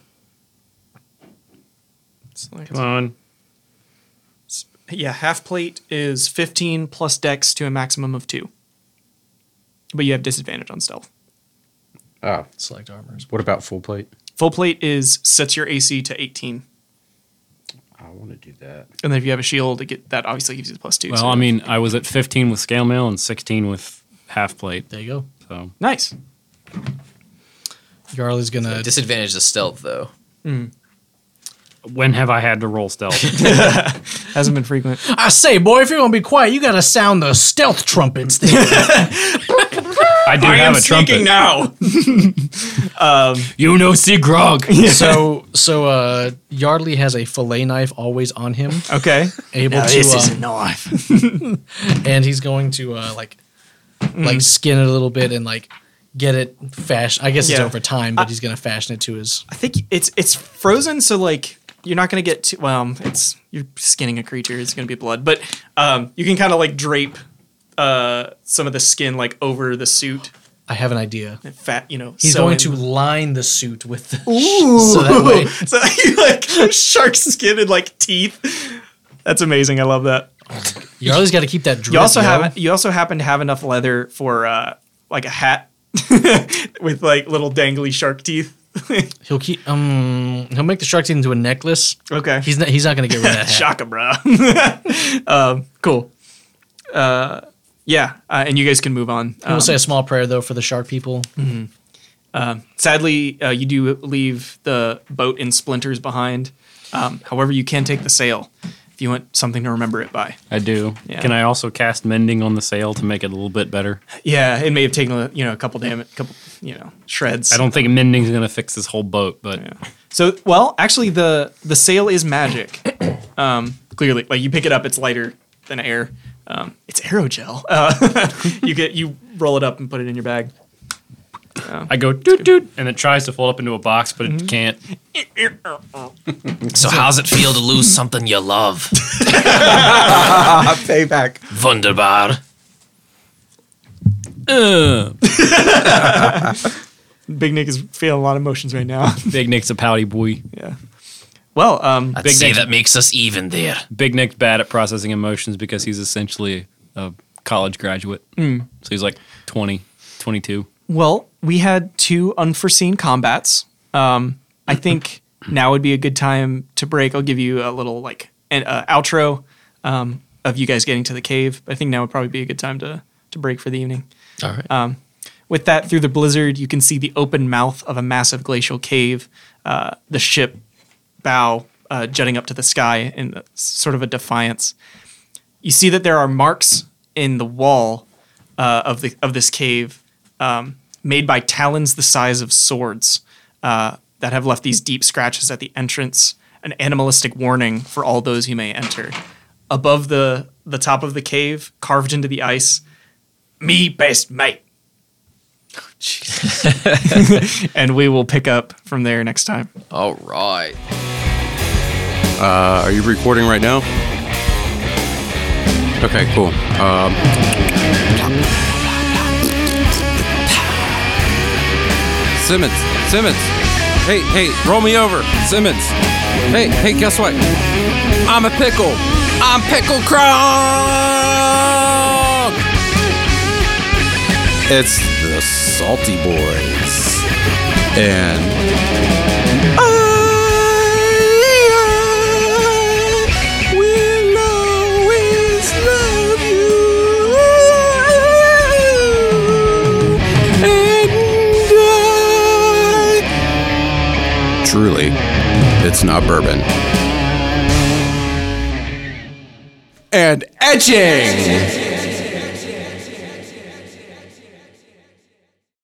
Speaker 5: It's like,
Speaker 4: Come on.
Speaker 5: yeah, half plate is 15 plus dex to a maximum of two. But you have disadvantage on stealth.
Speaker 1: Oh,
Speaker 2: Select armors.
Speaker 1: what about full plate?
Speaker 5: Full plate is sets your AC to 18.
Speaker 1: I want to do that.
Speaker 5: And then if you have a shield, it get, that obviously gives you the plus two.
Speaker 4: Well,
Speaker 5: so-
Speaker 4: I mean, I was at 15 with scale mail and 16 with half plate.
Speaker 2: There you go.
Speaker 4: So
Speaker 5: nice.
Speaker 2: Yarly's gonna.
Speaker 3: Disadvantage of stealth though.
Speaker 4: when have I had to
Speaker 5: [laughs]
Speaker 4: roll stealth?
Speaker 5: Hasn't been frequent.
Speaker 2: [laughs] I say, boy, if you're gonna be quiet, you gotta sound the stealth [laughs] trumpets. There.
Speaker 4: I do have a trumpet.
Speaker 5: now.
Speaker 4: You know, see grog.
Speaker 2: so so uh, Yardley has a fillet knife always on him,
Speaker 5: Okay.
Speaker 2: able to. uh,
Speaker 5: knife.
Speaker 2: and he's going to uh, like
Speaker 5: Mm-hmm.
Speaker 2: like skin it a little bit and like get it fashion. I guess it's
Speaker 5: Yeah.
Speaker 2: over time, but he's gonna fashion it to his.
Speaker 5: I think it's it's frozen, so like you're not gonna get too well. It's you're skinning a creature. It's gonna be blood, but um, you can kind of like drape uh some of the skin like over the suit.
Speaker 2: I have an idea.
Speaker 5: and Fat, you know.
Speaker 2: He's
Speaker 5: sew
Speaker 2: going
Speaker 5: in- [laughs]
Speaker 2: to line the suit with the. [laughs] So that way,
Speaker 5: so you like shark skin and like teeth. That's amazing. I love that.
Speaker 2: Yarly's got to keep that. Drip,
Speaker 5: You also
Speaker 2: yo.
Speaker 5: have you also happen to have enough leather for uh like a hat [laughs] with like little dangly shark teeth.
Speaker 2: He'll keep um he'll make the shark teeth into a necklace.
Speaker 5: Okay.
Speaker 2: He's not he's not gonna get rid of that. hat.
Speaker 5: [laughs] Shaka, bro. um, cool. Uh, yeah, uh, and you guys can move on.
Speaker 2: I
Speaker 5: Um,
Speaker 2: will say a small prayer though for the shark people.
Speaker 5: sadly, uh, you do leave the boat in splinters behind. Um, however, you can take the sail if you want something to remember it by.
Speaker 4: I do.
Speaker 5: Yeah.
Speaker 4: Can I also cast mending on the sail to make it a little bit better?
Speaker 5: Yeah, it may have taken a, you know a couple damn couple you know shreds.
Speaker 4: I don't think mending's gonna fix this whole boat, but
Speaker 5: So well, actually, the the sail is [coughs] magic. Um, clearly, like you pick it up, it's lighter than air. Um, it's aerogel. Uh, [laughs] you get you roll it up and put it in your [coughs] bag.
Speaker 4: I go doot doot, and it tries to fold up into a box, but it can't.
Speaker 7: So how's it feel to lose something you
Speaker 3: [laughs]
Speaker 7: love?
Speaker 6: Payback.
Speaker 7: Wunderbar.
Speaker 5: Big Nick is feeling a lot of emotions right now. [laughs]
Speaker 4: Big Nick's a pouty boy.
Speaker 5: yeah. Well, um,
Speaker 7: I'd say that makes us even there.
Speaker 4: Big Nick's bad at processing emotions because he's essentially a college graduate. So he's like 20, 22.
Speaker 5: Well, we had two unforeseen combats. Um,
Speaker 9: [clears throat]
Speaker 5: I think now would be a good time to break. I'll give you a little like an uh, outro um, of you guys getting to the cave. I think now would probably be a good time to to break for the evening. Um,
Speaker 9: All right.
Speaker 5: With that, through the blizzard, you can see the open mouth of a massive glacial cave, uh, the ship bow uh, jutting up to the sky in a- sort of a defiance. You see that there are marks in the wall uh, of the of this cave um, made by talons the size of swords uh, that have left these deep scratches at the entrance, an animalistic warning for all those who may enter. Above the the top of the cave, carved into the ice, me best mate [laughs] and we will pick up from there next time.
Speaker 10: All right.
Speaker 11: Uh, are you recording right now? Okay, cool. Um, Simmons, Simmons. Hey, hey, roll me over, Simmons. Hey, hey, guess what? I'm a pickle. I'm pickle Krong. It's the Salty Boys, and truly, it's not bourbon. And etching!